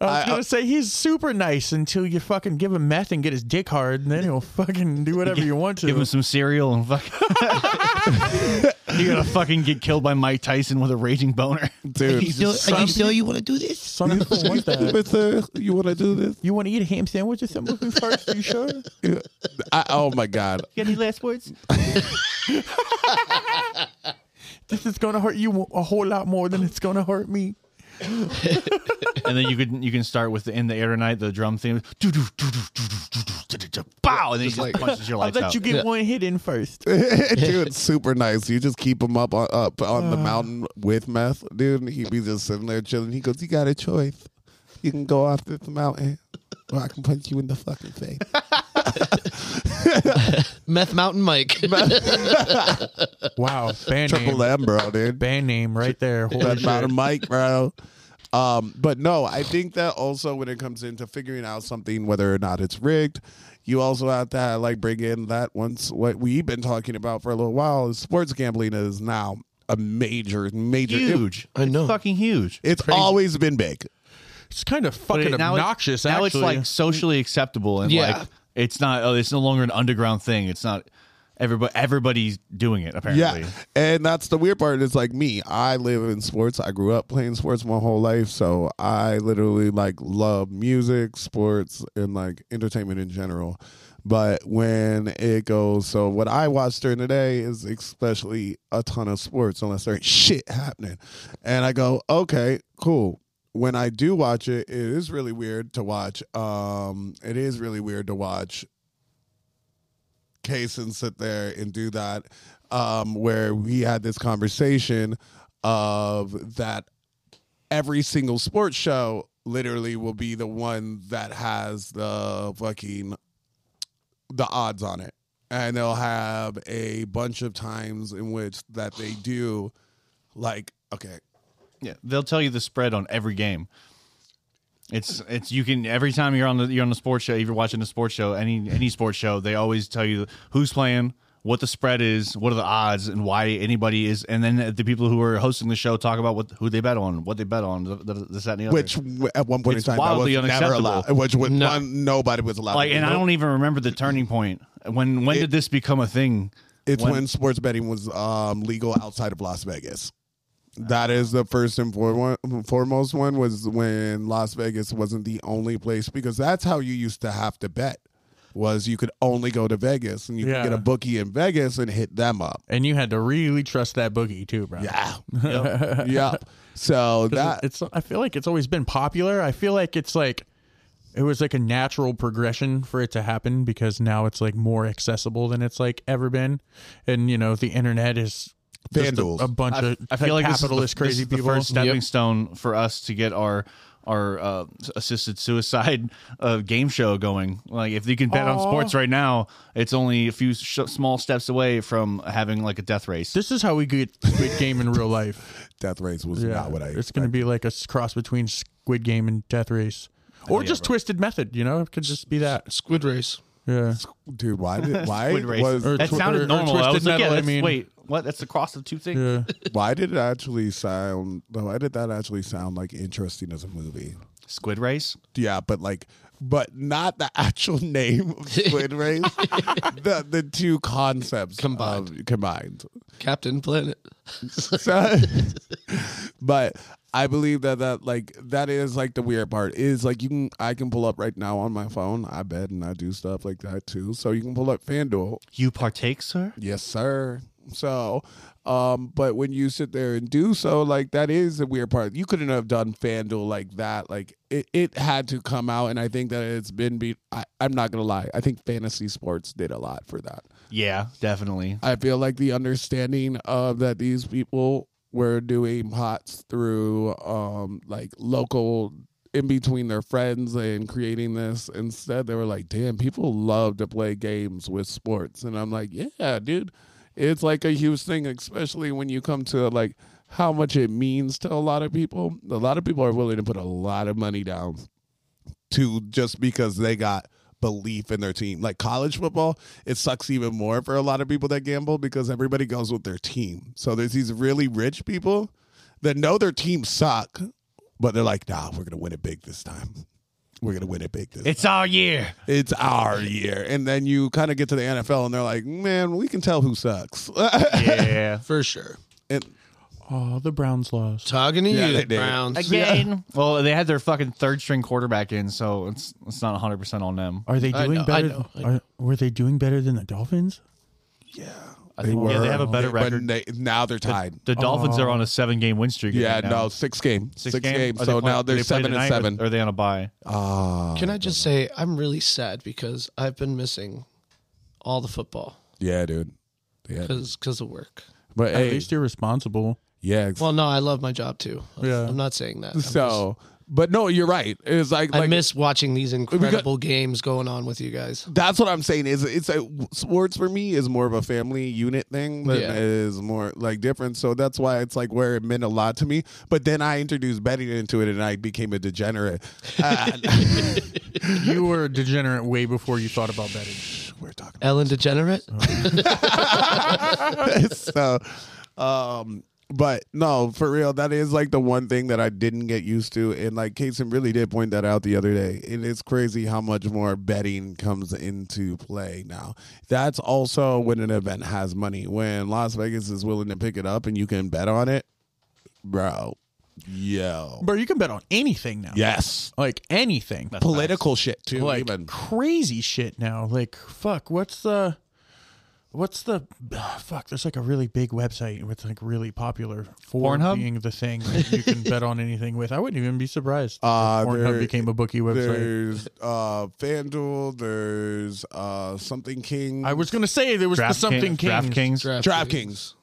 I was gonna say he's super nice until you fucking give him meth and get his dick hard, and then he'll fucking do whatever you want to. Give him some cereal and fuck. You're gonna fucking get killed by Mike Tyson with a raging boner. Dude, some- you want to do this? Some people want that. Mister, you want to do this? You want to eat a ham sandwich or something first? You sure? I, oh my God. Any last words? This is gonna hurt you a whole lot more than it's gonna hurt me. And then you can you can start with the in the air tonight the drum theme. Doo doo doo doo doo doo doo doo doo. Bow, and then he just punches your I'll lights let out. you get one hit in first. dude, super nice. You just keep him up on, up on the mountain with meth, dude. And he'd be just sitting there chilling. He goes, "You got a choice. You can go off this mountain, or I can punch you in the fucking face." Meth Mountain Mike. Wow, band Triple name, M, bro, dude. band name right there. Holy That shit. mountain mic, bro. Um, but no, I think that also when it comes into figuring out something, whether or not it's rigged, you also have to like bring in that once what we've been talking about for a little while is sports gambling is now a major, major it- huge. I know. It's fucking huge. it's always been big. It's kind of But fucking it- now it's- obnoxious. now actually, it's like socially acceptable and Yeah. like it's not. Oh, it's no longer an underground thing. It's not. Everybody, everybody's doing it apparently. Yeah, and that's the weird part. It's like me. I live in sports. I grew up playing sports my whole life, so I literally like love music, sports, and like entertainment in general. But when it goes, so what I watch during the day is especially a ton of sports, unless there's shit happening, and I go, okay, cool. When I do watch it, it is really weird to watch. Um, it is really weird to watch case and sit there and do that um, where we had this conversation of that every single sports show literally will be the one that has the fucking the odds on it and they'll have a bunch of times in which that they do like okay Yeah, they'll tell you the spread on every game. It's it's you can every time you're on the you're on the sports show, if you're watching a sports show, any any sports show, they always tell you who's playing, what the spread is, what are the odds, and why anybody is, and then the people who are hosting the show talk about what who they bet on, what they bet on, th- th- this that and the other. which w- at one point It's in time that was wildly never unacceptable. allowed which was No. one, nobody was allowed like, to and I do. don't even remember the turning point when when did this become a thing? It's when, sports betting was um, legal outside of Las Vegas. That is the first and foremo- foremost one was when Las Vegas wasn't the only place because that's how you used to have to bet was you could only go to Vegas and you Yeah. could get a bookie in Vegas and hit them up. and you had to really trust that boogie too, bro. Yeah. yeah. So that it's I feel like it's always been popular. I feel like it's like it was like a natural progression for it to happen because now it's like more accessible than it's like ever been, and you know the internet is just a, FanDuel's. a bunch of I feel like capitalist this is the, this crazy is the people. first stepping stone for us to get our our uh, assisted suicide uh, game show going. Like if you can bet on sports right now, it's only a few sh- small steps away from having like a death race. This is how we get Squid Game in real life. death race was Yeah, not what I it's going to be like a s- cross between Squid Game and Death Race, or just Twisted Method. You know, it could just be that. Squid Race. Yeah. dude, why did why Squid race. was Or that twi- sounded or- or normal. I twisted was like, yeah, metal, I that's- mean. wait, What? That's the cross of two things. Yeah. Why did it actually sound? Why did that actually sound like interesting as a movie? Squid race. Yeah, but like, but not the actual name of Squid Race. the the two concepts Combined. of- combined. Captain Planet. So- but I believe that that like that is like the weird part is like you can I can pull up right now on my phone. I bet and I do stuff like that too. So you can pull up FanDuel You partake, sir. Yes, sir. So, um, but when you sit there and do so, like that is a weird part. You couldn't have done FanDuel like that. Like it, it had to come out, and I think that it's been. Be- I, I'm not gonna lie. I think fantasy sports did a lot for that. Yeah, definitely. I feel like the understanding of that these people were doing pots through um like local in between their friends and creating this instead they were like damn people love to play games with sports and i'm like yeah dude it's like a huge thing especially when you come to like how much it means to a lot of people a lot of people are willing to put a lot of money down to just because they got belief in their team. Like college football, it sucks even more for a lot of people that gamble because everybody goes with their team. So there's these really rich people that know their team suck, but they're like, nah, we're gonna win it big this time. We're gonna win it big this It's our year. it's our year. And then you kind of get to the NFL and they're like, man, we can tell who sucks. Yeah. For sure. and Oh, the Browns lost. Talking to Yeah, they you, did. Browns. Again. Well, they had their fucking third string quarterback in, so it's it's not 100 percent on them. Are they I doing know, I better? know, I Are, were they doing better than the Dolphins? I think, yeah, they have a better but record. they- now they're tied. The Dolphins are on a seven game win streak. Um, yeah, right now. no, six game. Six, game? game. Are So they playing- now do they're they play seven and tonight, seven. Ah, Or are they on a bye? Can I just say I'm really sad because I've been missing all the football yeah, dude. Yeah. because of work. But At hey, least you're responsible. yeah, exactly. Well, no, I love my job too. Yeah. I'm not saying that. I'm just- So, but no, you're right. It's like, I like miss watching these incredible games going on with you guys. that's what I'm saying. Is it's a sports for me is more of a family unit thing than Yeah. is more like different. So that's why it's like where it meant a lot to me. But then I introduced betting into it, and I became a degenerate. Uh, You were a degenerate way before you thought about betting. we're talking. Ellen Degenerate. so um but no for real that is like the one thing that i didn't get used to and like Kason really did point that out the other day and it's crazy how much more betting comes into play now that's also when an event has money when las vegas is willing to pick it up and you can bet on it bro yo Bro, you can bet on anything now. yes Like anything. political shit too like even crazy shit now. Like fuck, what's the what's the ah, fuck, there's like a really big website with like really popular for Pornhub? being the thing that you can bet on anything with. I wouldn't even be surprised. if Uh, Pornhub there- became a bookie website. there's uh fanduel there's uh something king I was gonna say there was the Draft something King- Kings. DraftKings. draftkings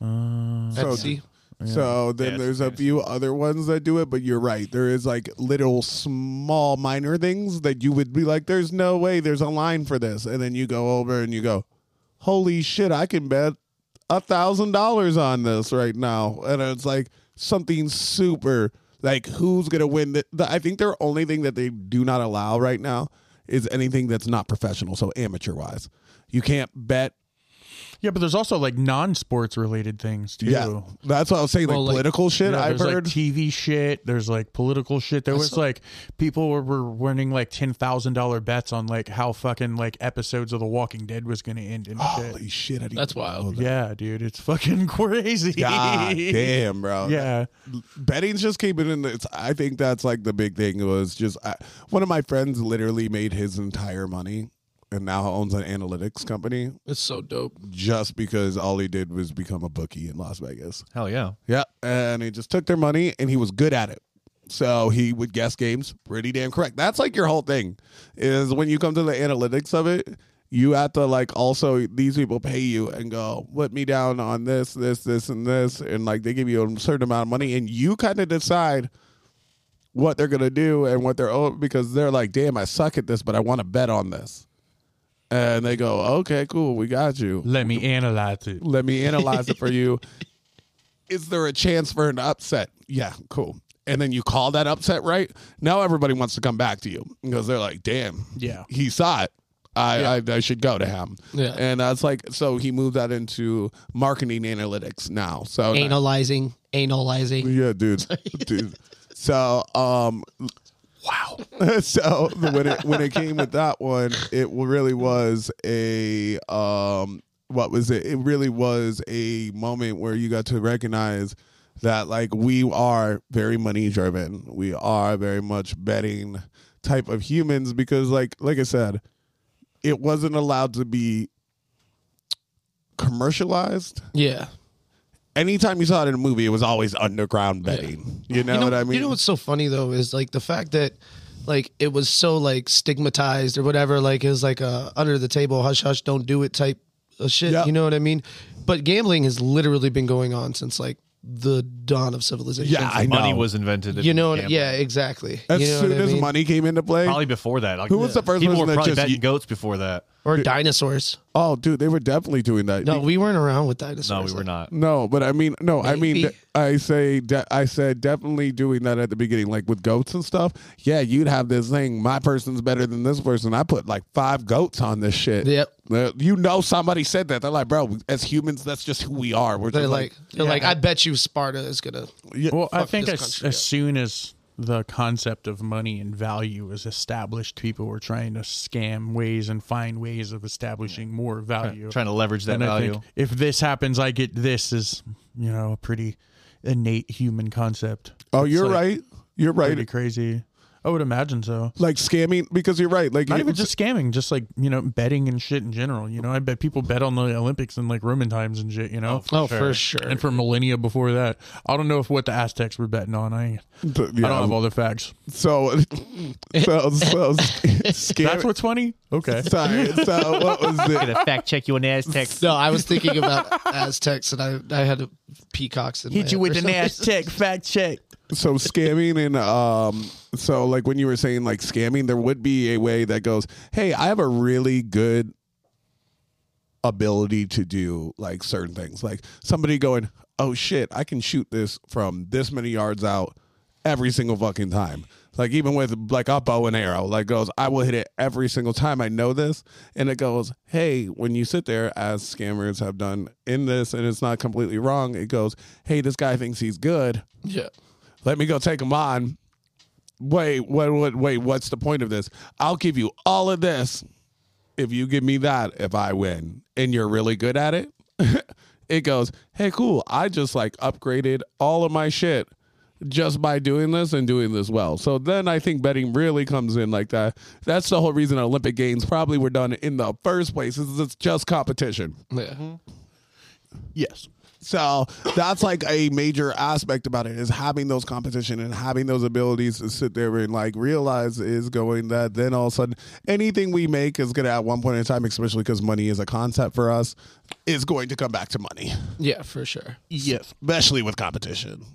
Etsy. So then there's a few other ones that do it, but you're right. There is like little small minor things that you would be like, there's no way there's a line for this. And then you go over and you go, holy shit, I can bet a thousand dollars on this right now. And it's like something super like who's going to win. The, the, I think their only thing that they do not allow right now is anything that's not professional. So amateur wise, you can't bet. Yeah, but there's also like non sports related things too. Yeah. That's what I was saying. Well, like like- political shit Yeah, I've there's heard. like TV shit. There's like political shit. There was like people were, were winning like ten thousand dollar bets on like how fucking like episodes of The Walking Dead was gonna end and shit. Holy shit! I didn't That's even wild. know that. Yeah, dude, it's fucking crazy. God damn, bro. Yeah, Betting's just keeping in. It's, I think that's like the big thing was just I, one of my friends literally made his entire money and now owns an analytics company It's so dope. just because all he did was become a bookie in Las Vegas. Hell yeah. Yeah. And he just took their money and he was good at it. So he would guess games pretty damn correct. That's like your whole thing is when you come to the analytics of it, you have to like also these people pay you and go, put me down on this, this, this, and this. And like they give you a certain amount of money and you kind of decide what they're going to do and what they're owe because they're like, damn, I suck at this, but I want to bet on this. And they go, okay, cool, we got you let me analyze it. let me analyze it for you. Is there a chance for an upset? Yeah, cool. And then you call that upset right. Now everybody wants to come back to you because they're like, damn, Yeah. he saw it. I, I, I should go to him. Yeah. And that's like, so he moved that into marketing analytics now. So analyzing, analyzing. Yeah, dude. dude. So, um, wow. so the- when it when it came with that one, it really was a um, what was it? It really was a moment where you got to recognize that like we are very money driven. We are very much betting type of humans because like like I said, it wasn't allowed to be commercialized Yeah. anytime you saw it in a movie, it was always underground betting. You, know what I mean? You know what's so funny though is like the fact that like it was so like stigmatized or whatever. Like it was like a under the table hush hush don't do it type of shit. Yeah. You know what I mean? But gambling has literally been going on since like the dawn of civilization. yeah, I know. Money was invented. in You know, what- gambling. yeah, exactly. as you know soon what I as mean? money came into play, Probably before that. Like, Who was the first People person were that probably just- betting goats before that. or dinosaurs. oh, dude, they were definitely doing that. No, we weren't around with dinosaurs. No, we were not. Like, No, but I mean, no, I mean, Maybe. I say, de- I said definitely doing that at the beginning, like with goats and stuff. Yeah, you'd have this thing. My person's better than this person. I put like five goats on this shit. Yep. Uh, You know, somebody said that. They're like, bro, as humans, that's just who we are. We're They're just like, like, they're like, I bet you Sparta is gonna. yeah, Well, I Fuck think this as, country as up. soon as the concept of money and value was established, people were trying to scam ways and find ways of establishing more value. Trying to leverage that and I value. think if this happens, I get this is you know a pretty innate human concept. oh, It's, you're like, right. You're Pretty right. crazy. I would imagine so. Like scamming because you're right. Like Not it even was- just scamming, just like you know betting and shit in general. You know, I bet people bet on the Olympics and like Roman times and shit. You know, Oh, for sure. and for millennia before that, I don't know if what the Aztecs were betting on. I, ain't- yeah, I don't have all the facts. So, so, so, That's scary. what's funny. Okay. Sorry. So, what was it? to fact check you on Aztec. No, I was thinking about Aztecs, and I I had a peacocks. In my head for some reason. Aztec fact check. So, scamming and um, so like when you were saying like scamming, there would be a way that goes, "Hey, I have a really good ability to do like certain things." Like somebody going, "Oh shit, I can shoot this from this many yards out every single fucking time." Like even with like a bow and arrow, like goes, I will hit it every single time. I know this, and it goes, hey, when you sit there, as scammers have done in this, and it's not completely wrong. It goes, hey, this guy thinks he's good. Yeah. Let me go take him on. Wait, what, what, wait, what's the point of this? I'll give you all of this if you give me that, if I win and you're really good at it. it goes, hey, cool. I just like upgraded all of my shit just by doing this and doing this well. So then I think betting really comes in like that. That's the whole reason Olympic Games probably were done in the first place is it's just competition. Yeah. Mm-hmm. Yes. So that's like a major aspect about it is having those competition and having those abilities to sit there and like realize is going that then all of a sudden anything we make is gonna at one point in time, especially because money is a concept for us, is going to come back to money. Yeah, for sure. Yes. Especially with competition.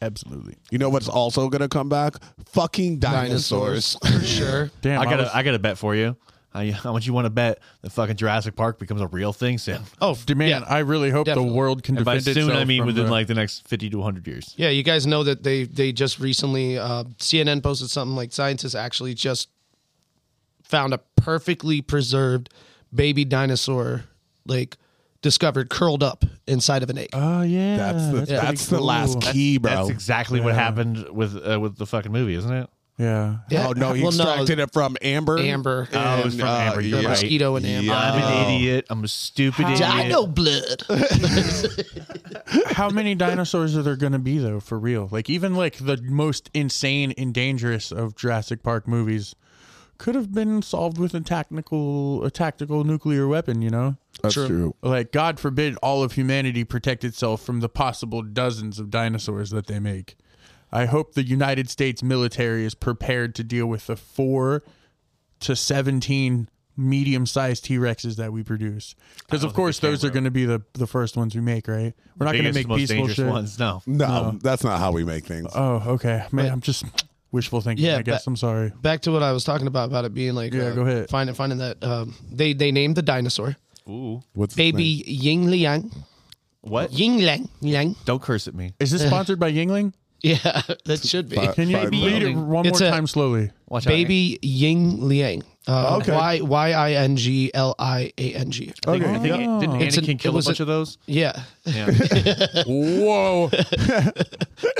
Absolutely. You know what's also gonna come back? Fucking dinosaurs. for sure. Damn. I got was- a, I got a bet for you. I, how much you want to bet the fucking Jurassic Park becomes a real thing soon? Oh, Dude, man, yeah. I really hope Definitely. the world can And by defend soon, itself I mean from within the- like the next 50 to 100 years. Yeah, you guys know that they they just recently uh, CNN posted something like scientists actually just found a perfectly preserved baby dinosaur like discovered curled up inside of an egg. Oh yeah. That's the pretty that's the cool. last key, bro. That's exactly what happened with uh, with the fucking movie, isn't it? Yeah. Yeah. Oh no, he Well, extracted it from Amber. uh, Amber. Oh, it was from Amber, you're the right. mosquito and Amber. I'm an idiot. I'm a stupid idiot. blood. How many dinosaurs are there going to be though, for real? Like even like the most insane and dangerous of Jurassic Park movies could have been solved with a technical a tactical nuclear weapon. You know. That's true. Like God forbid all of humanity protect itself from the possible dozens of dinosaurs that they make. I hope the United States military is prepared to deal with the 4 to 17 medium-sized T-Rexes that we produce. Cuz of course those are going to be the the first ones we make, right? We're not going to Biggest, make most peaceful dangerous shit. ones. No. No, that's not how we make things. Oh, okay. Man, I'm just wishful thinking. Yeah, I guess but- I'm sorry. Back to what I was talking about about it being like Yeah, go ahead. Finding finding that um, they they named the dinosaur Ooh. What's his name? baby Ying Liang What? Ying Liang Yang. Don't curse at me. Is this sponsored by Yingling? Yeah, that should be. Can you Fine, read it Yingling. one more It's a- time slowly? Watch out. Baby Ying Liang. Uh, Okay. Y Y I N G L I A N G. I think, I think didn't It's an- Anakin it kill a was a- bunch of those? Yeah. Whoa,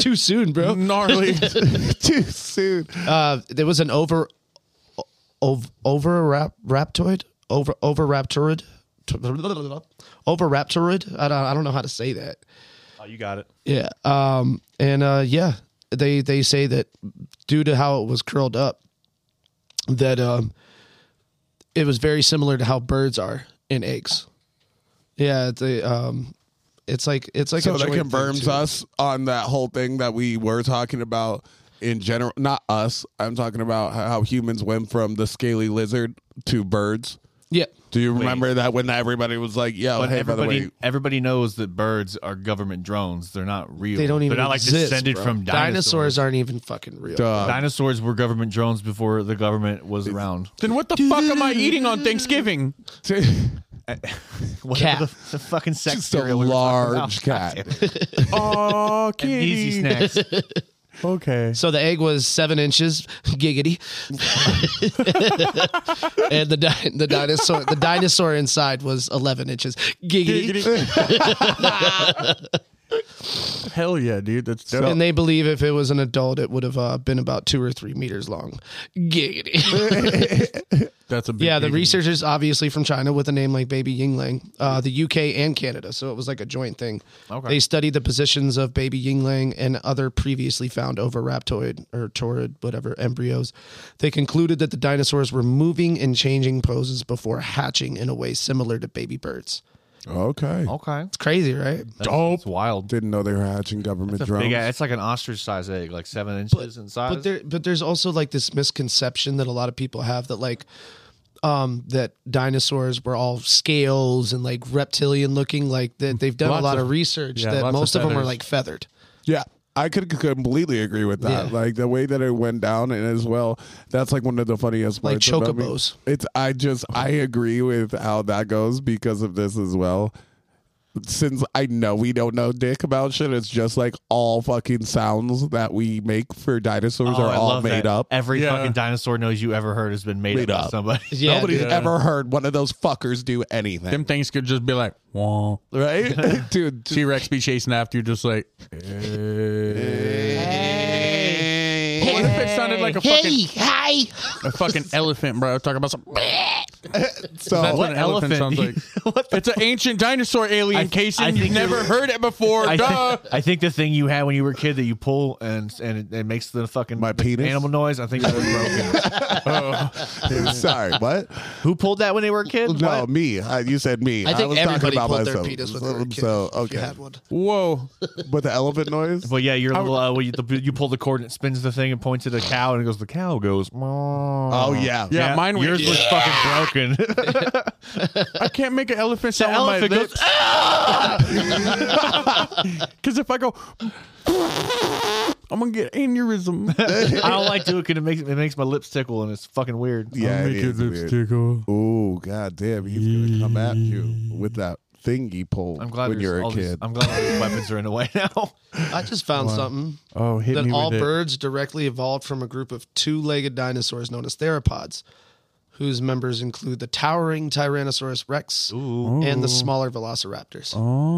Too soon, Mm. bro. gnarly. Too soon. Uh, there was an over, over, over rap, raptoid, over, over raptorid, over raptorid. I don't, I don't know how to say that. Oh, you got it. Yeah. Um, and uh, yeah, they they say that due to how it was curled up, that um, it was very similar to how birds are in eggs. Yeah, they um, it's like it's like So a that joint thing, confirms too. us on that whole thing that we were talking about in general. Not us. I'm talking about how humans went from the scaly lizard to birds. Yeah. Do you remember that when everybody was like, "Yo, But hey, by the everybody, way, everybody knows that birds are government drones. They're not real. They don't even They're not exist, like descended bro. from dinosaurs. dinosaurs. aren't even fucking real. Dinosaurs were government drones before the government was around. then what the fuck am I eating on Thanksgiving? Whatever The, the fucking sex just a cereal we were talking about. large cat." Oh, kitty. Easy snacks. Okay. So the egg was seven inches, giggity, and the di- the dinosaur the dinosaur inside was eleven inches, giggity. Hell yeah, dude. That's dope. And they believe if it was an adult, it would have uh, been about two or three meters long. Giggity. That's a big yeah, the gig. researchers obviously from China with a name like Baby Yingling, uh, the UK and Canada. So it was like a joint thing. Okay. They studied the positions of Baby Yingling and other previously found over raptoid or torrid, whatever, embryos. They concluded that the dinosaurs were moving and changing poses before hatching in a way similar to baby birds. okay, Okay. It's crazy, right? Dope. It's wild. didn't know they were hatching government It's a drones. big ass- it's like an ostrich size egg, like seven inches in size. but there but there's also like this misconception that a lot of people have that like um that dinosaurs were all scales and like reptilian looking like that they've done Lots a lot of, of- research yeah, that lots of most of, them are feathers. like feathered Yeah, I could completely agree with that. Yeah. Like the way that it went down, and as well, that's like one of the funniest Like parts about me. chocobos. It's I just I agree with how that goes because of this as well. Since I know we don't know dick about shit, it's just like all fucking sounds that we make for dinosaurs Oh, are I all love made that. up. Every Yeah. fucking dinosaur noise you ever heard has been made, Made up, by up. somebody. yeah Nobody's dude. ever heard one of those fuckers do anything, Them things could just be like, wah. right, dude? T Rex be chasing after you, just like. But What if it sounded like a fucking, hi. a fucking elephant, bro? Talking about some. So That's what What an elephant, elephant? sounds like. it's an ancient dinosaur alien, I th- Casey. I You've think never it- heard it before. I, Duh. think, I think the thing you had when you were a kid that you pull and and it, it makes the fucking My the penis? animal noise. I think that was broken. sorry, what? Who pulled that when they were a kid? No, What? me. I, you said me. I think was talking everybody about pulled myself. their penis when they were a kid. so if you okay, had one. Whoa. but the elephant noise. But yeah, you're little. Uh, well, you, the, you pull the cord and it spins the thing and points at a cow and it goes. The cow goes. Oh Oh yeah, Yeah, mine was. Yours was fucking broken. I can't make an elephant sound The elephant with my goes, "Ah!" lips. Because if I go, I'm gonna get aneurysm. I don't like doing it 'cause it makes it makes my lips tickle and it's fucking weird. yeah. I'll It make your is lips weird. tickle. Ooh, goddamn, he's gonna come at you with that thing he pulled I'm glad when there's you're a all kid. these- I'm glad all these weapons are in the way now. i just found something Oh, hit that me all with it. birds directly evolved from a group of two-legged dinosaurs known as theropods whose members include the towering tyrannosaurus rex and the smaller velociraptors Oh.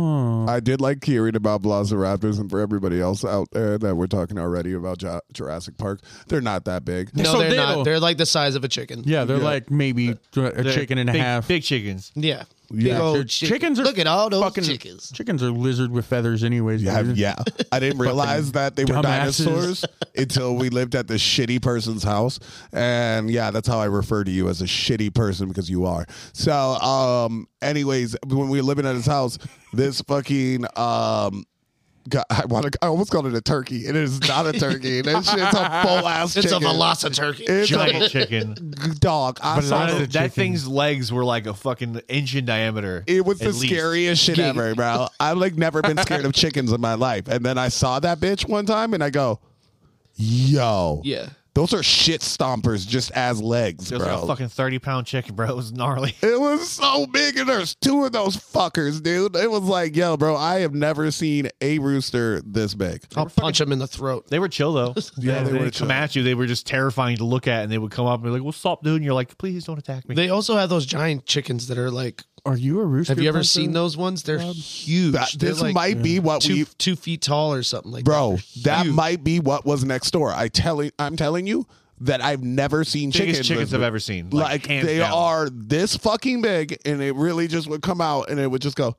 I did like hearing about Velociraptors, and for everybody else out there that we're talking already about Ju- Jurassic Park, they're not that big. no So they're little. not they're like the size of a chicken Yeah, they're like maybe a chicken and a Big- half. Big chickens. Yeah. Yeah. Big They're- old chicken. Chickens are Look at all those fucking- chickens. Chickens are lizard with feathers, anyways. Yeah, dude. yeah. I didn't realize that they were Mm-hmm. dumbasses. dinosaurs until we lived at the shitty person's house. And yeah, that's how I refer to you as a shitty person because you are. So, um, anyways, when we were living at his house, this fucking um God, I want to. I almost called it a turkey. It is not a turkey. That shit's a full ass. It's chicken. a velociturkey. It's Giant chicken. a dog. I saw That- the that thing's legs were like a fucking inch in diameter. It was at the least. scariest shit ever, bro. I've like never been scared of chickens in my life. And then I saw that bitch one time and I go, yo. Yeah. Those are shit stompers just as legs, It was like a bro. fucking thirty pound chicken, bro. It was gnarly. It was so big, and there's two of those fuckers, dude. It was like, yo, bro, I have never seen a rooster this big. Oh, I'll punch him in the throat. They were chill though. Yeah, they they were would come chill. at you. They were just terrifying to look at, and they would come up and be like, "Well, stop, dude." And you're like, "Please don't attack me." They also have those giant chickens that are like. Are you a rooster? Have you ever person? seen those ones? They're huge. That- They're this like might be what two we, two feet tall or something like that. bro. They're That huge. might be what was next door. I telling, I'm telling you that I've never seen Biggest chickens. chickens this I've big. ever seen. Like, hands they down. are this fucking big, and it really just would come out, and it would just go.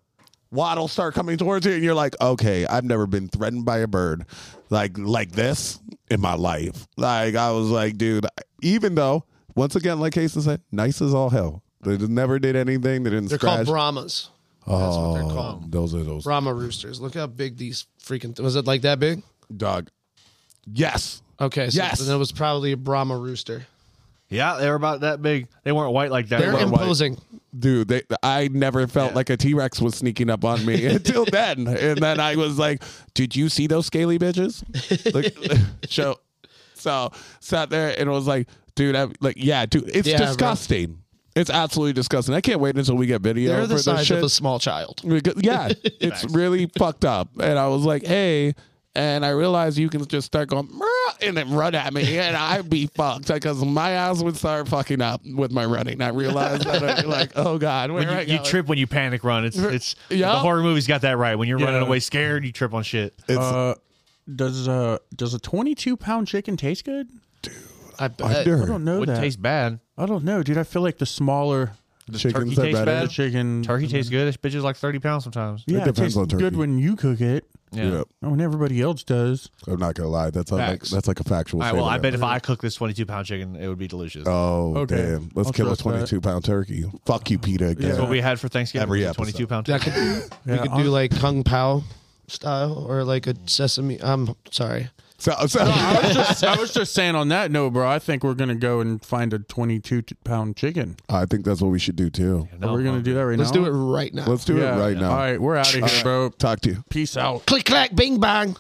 Waddle start coming towards you, and you're like, okay, I've never been threatened by a bird like like this in my life. Like I was like, dude, even though once again, like Casey said, nice as all hell. They just never did anything. They didn't They're scratch. Oh. called Brahmas. That's what they're called. those are those Brahma roosters. Look how big these freaking. was it like that big? dog. Yes, Okay. So Yes. Then it was probably a Brahma rooster. Yeah, they were about that big. They weren't white like that. They're They weren't white. imposing. dude they, i never felt like a t-rex was sneaking up on me until then and then i was like did you see those scaly bitches like, so so sat there and was like dude i like yeah dude it's Yeah, bro. disgusting it's absolutely disgusting i can't wait until we get video They're for the this size shit. of a small child. Because- yeah, it's really fucked up. And I was like, hey, and I realized you can just start going "Meow," and then run at me, and I'd be fucked because my ass would start fucking up with my running. I realized that I'd be like, oh god, where When I you, you going? trip when you panic run. It's it's Yeah. the horror movies got that right. When you're running Yeah. away scared, you trip on shit. Uh, does uh does a twenty two pound chicken taste good? I bet. I don't know Wouldn't that. taste bad. I don't know, dude. I feel like the smaller Chickens turkey are taste better. bad? the chicken. Turkey Mm-hmm. tastes good. This bitch is like thirty pounds sometimes. yeah, depends tastes on turkey. good when you cook it. Yeah. Yep. Oh, and everybody else does. I'm not gonna lie. That's like Facts. that's like a factual. All right. Well, I bet statement. if I cook this twenty-two pound chicken, it would be delicious. Oh Okay. damn! Let's I'll kill a trust that. 22 pound turkey. Fuck you, Peter. Again. That's what we had for Thanksgiving. Every was a episode. twenty-two pound. That Chicken. could, we Yeah, could I'm- do like kung pao style or like a sesame. I'm sorry. So, so I was, just, I was just saying on that note, bro. I think we're gonna go and find a twenty two pound chicken. I think that's what we should do too. No, we're gonna do that right Let's now. do it right now. Let's do it right now. All right, we're out of here, bro. Talk to you. Peace out. Click clack, bing bang.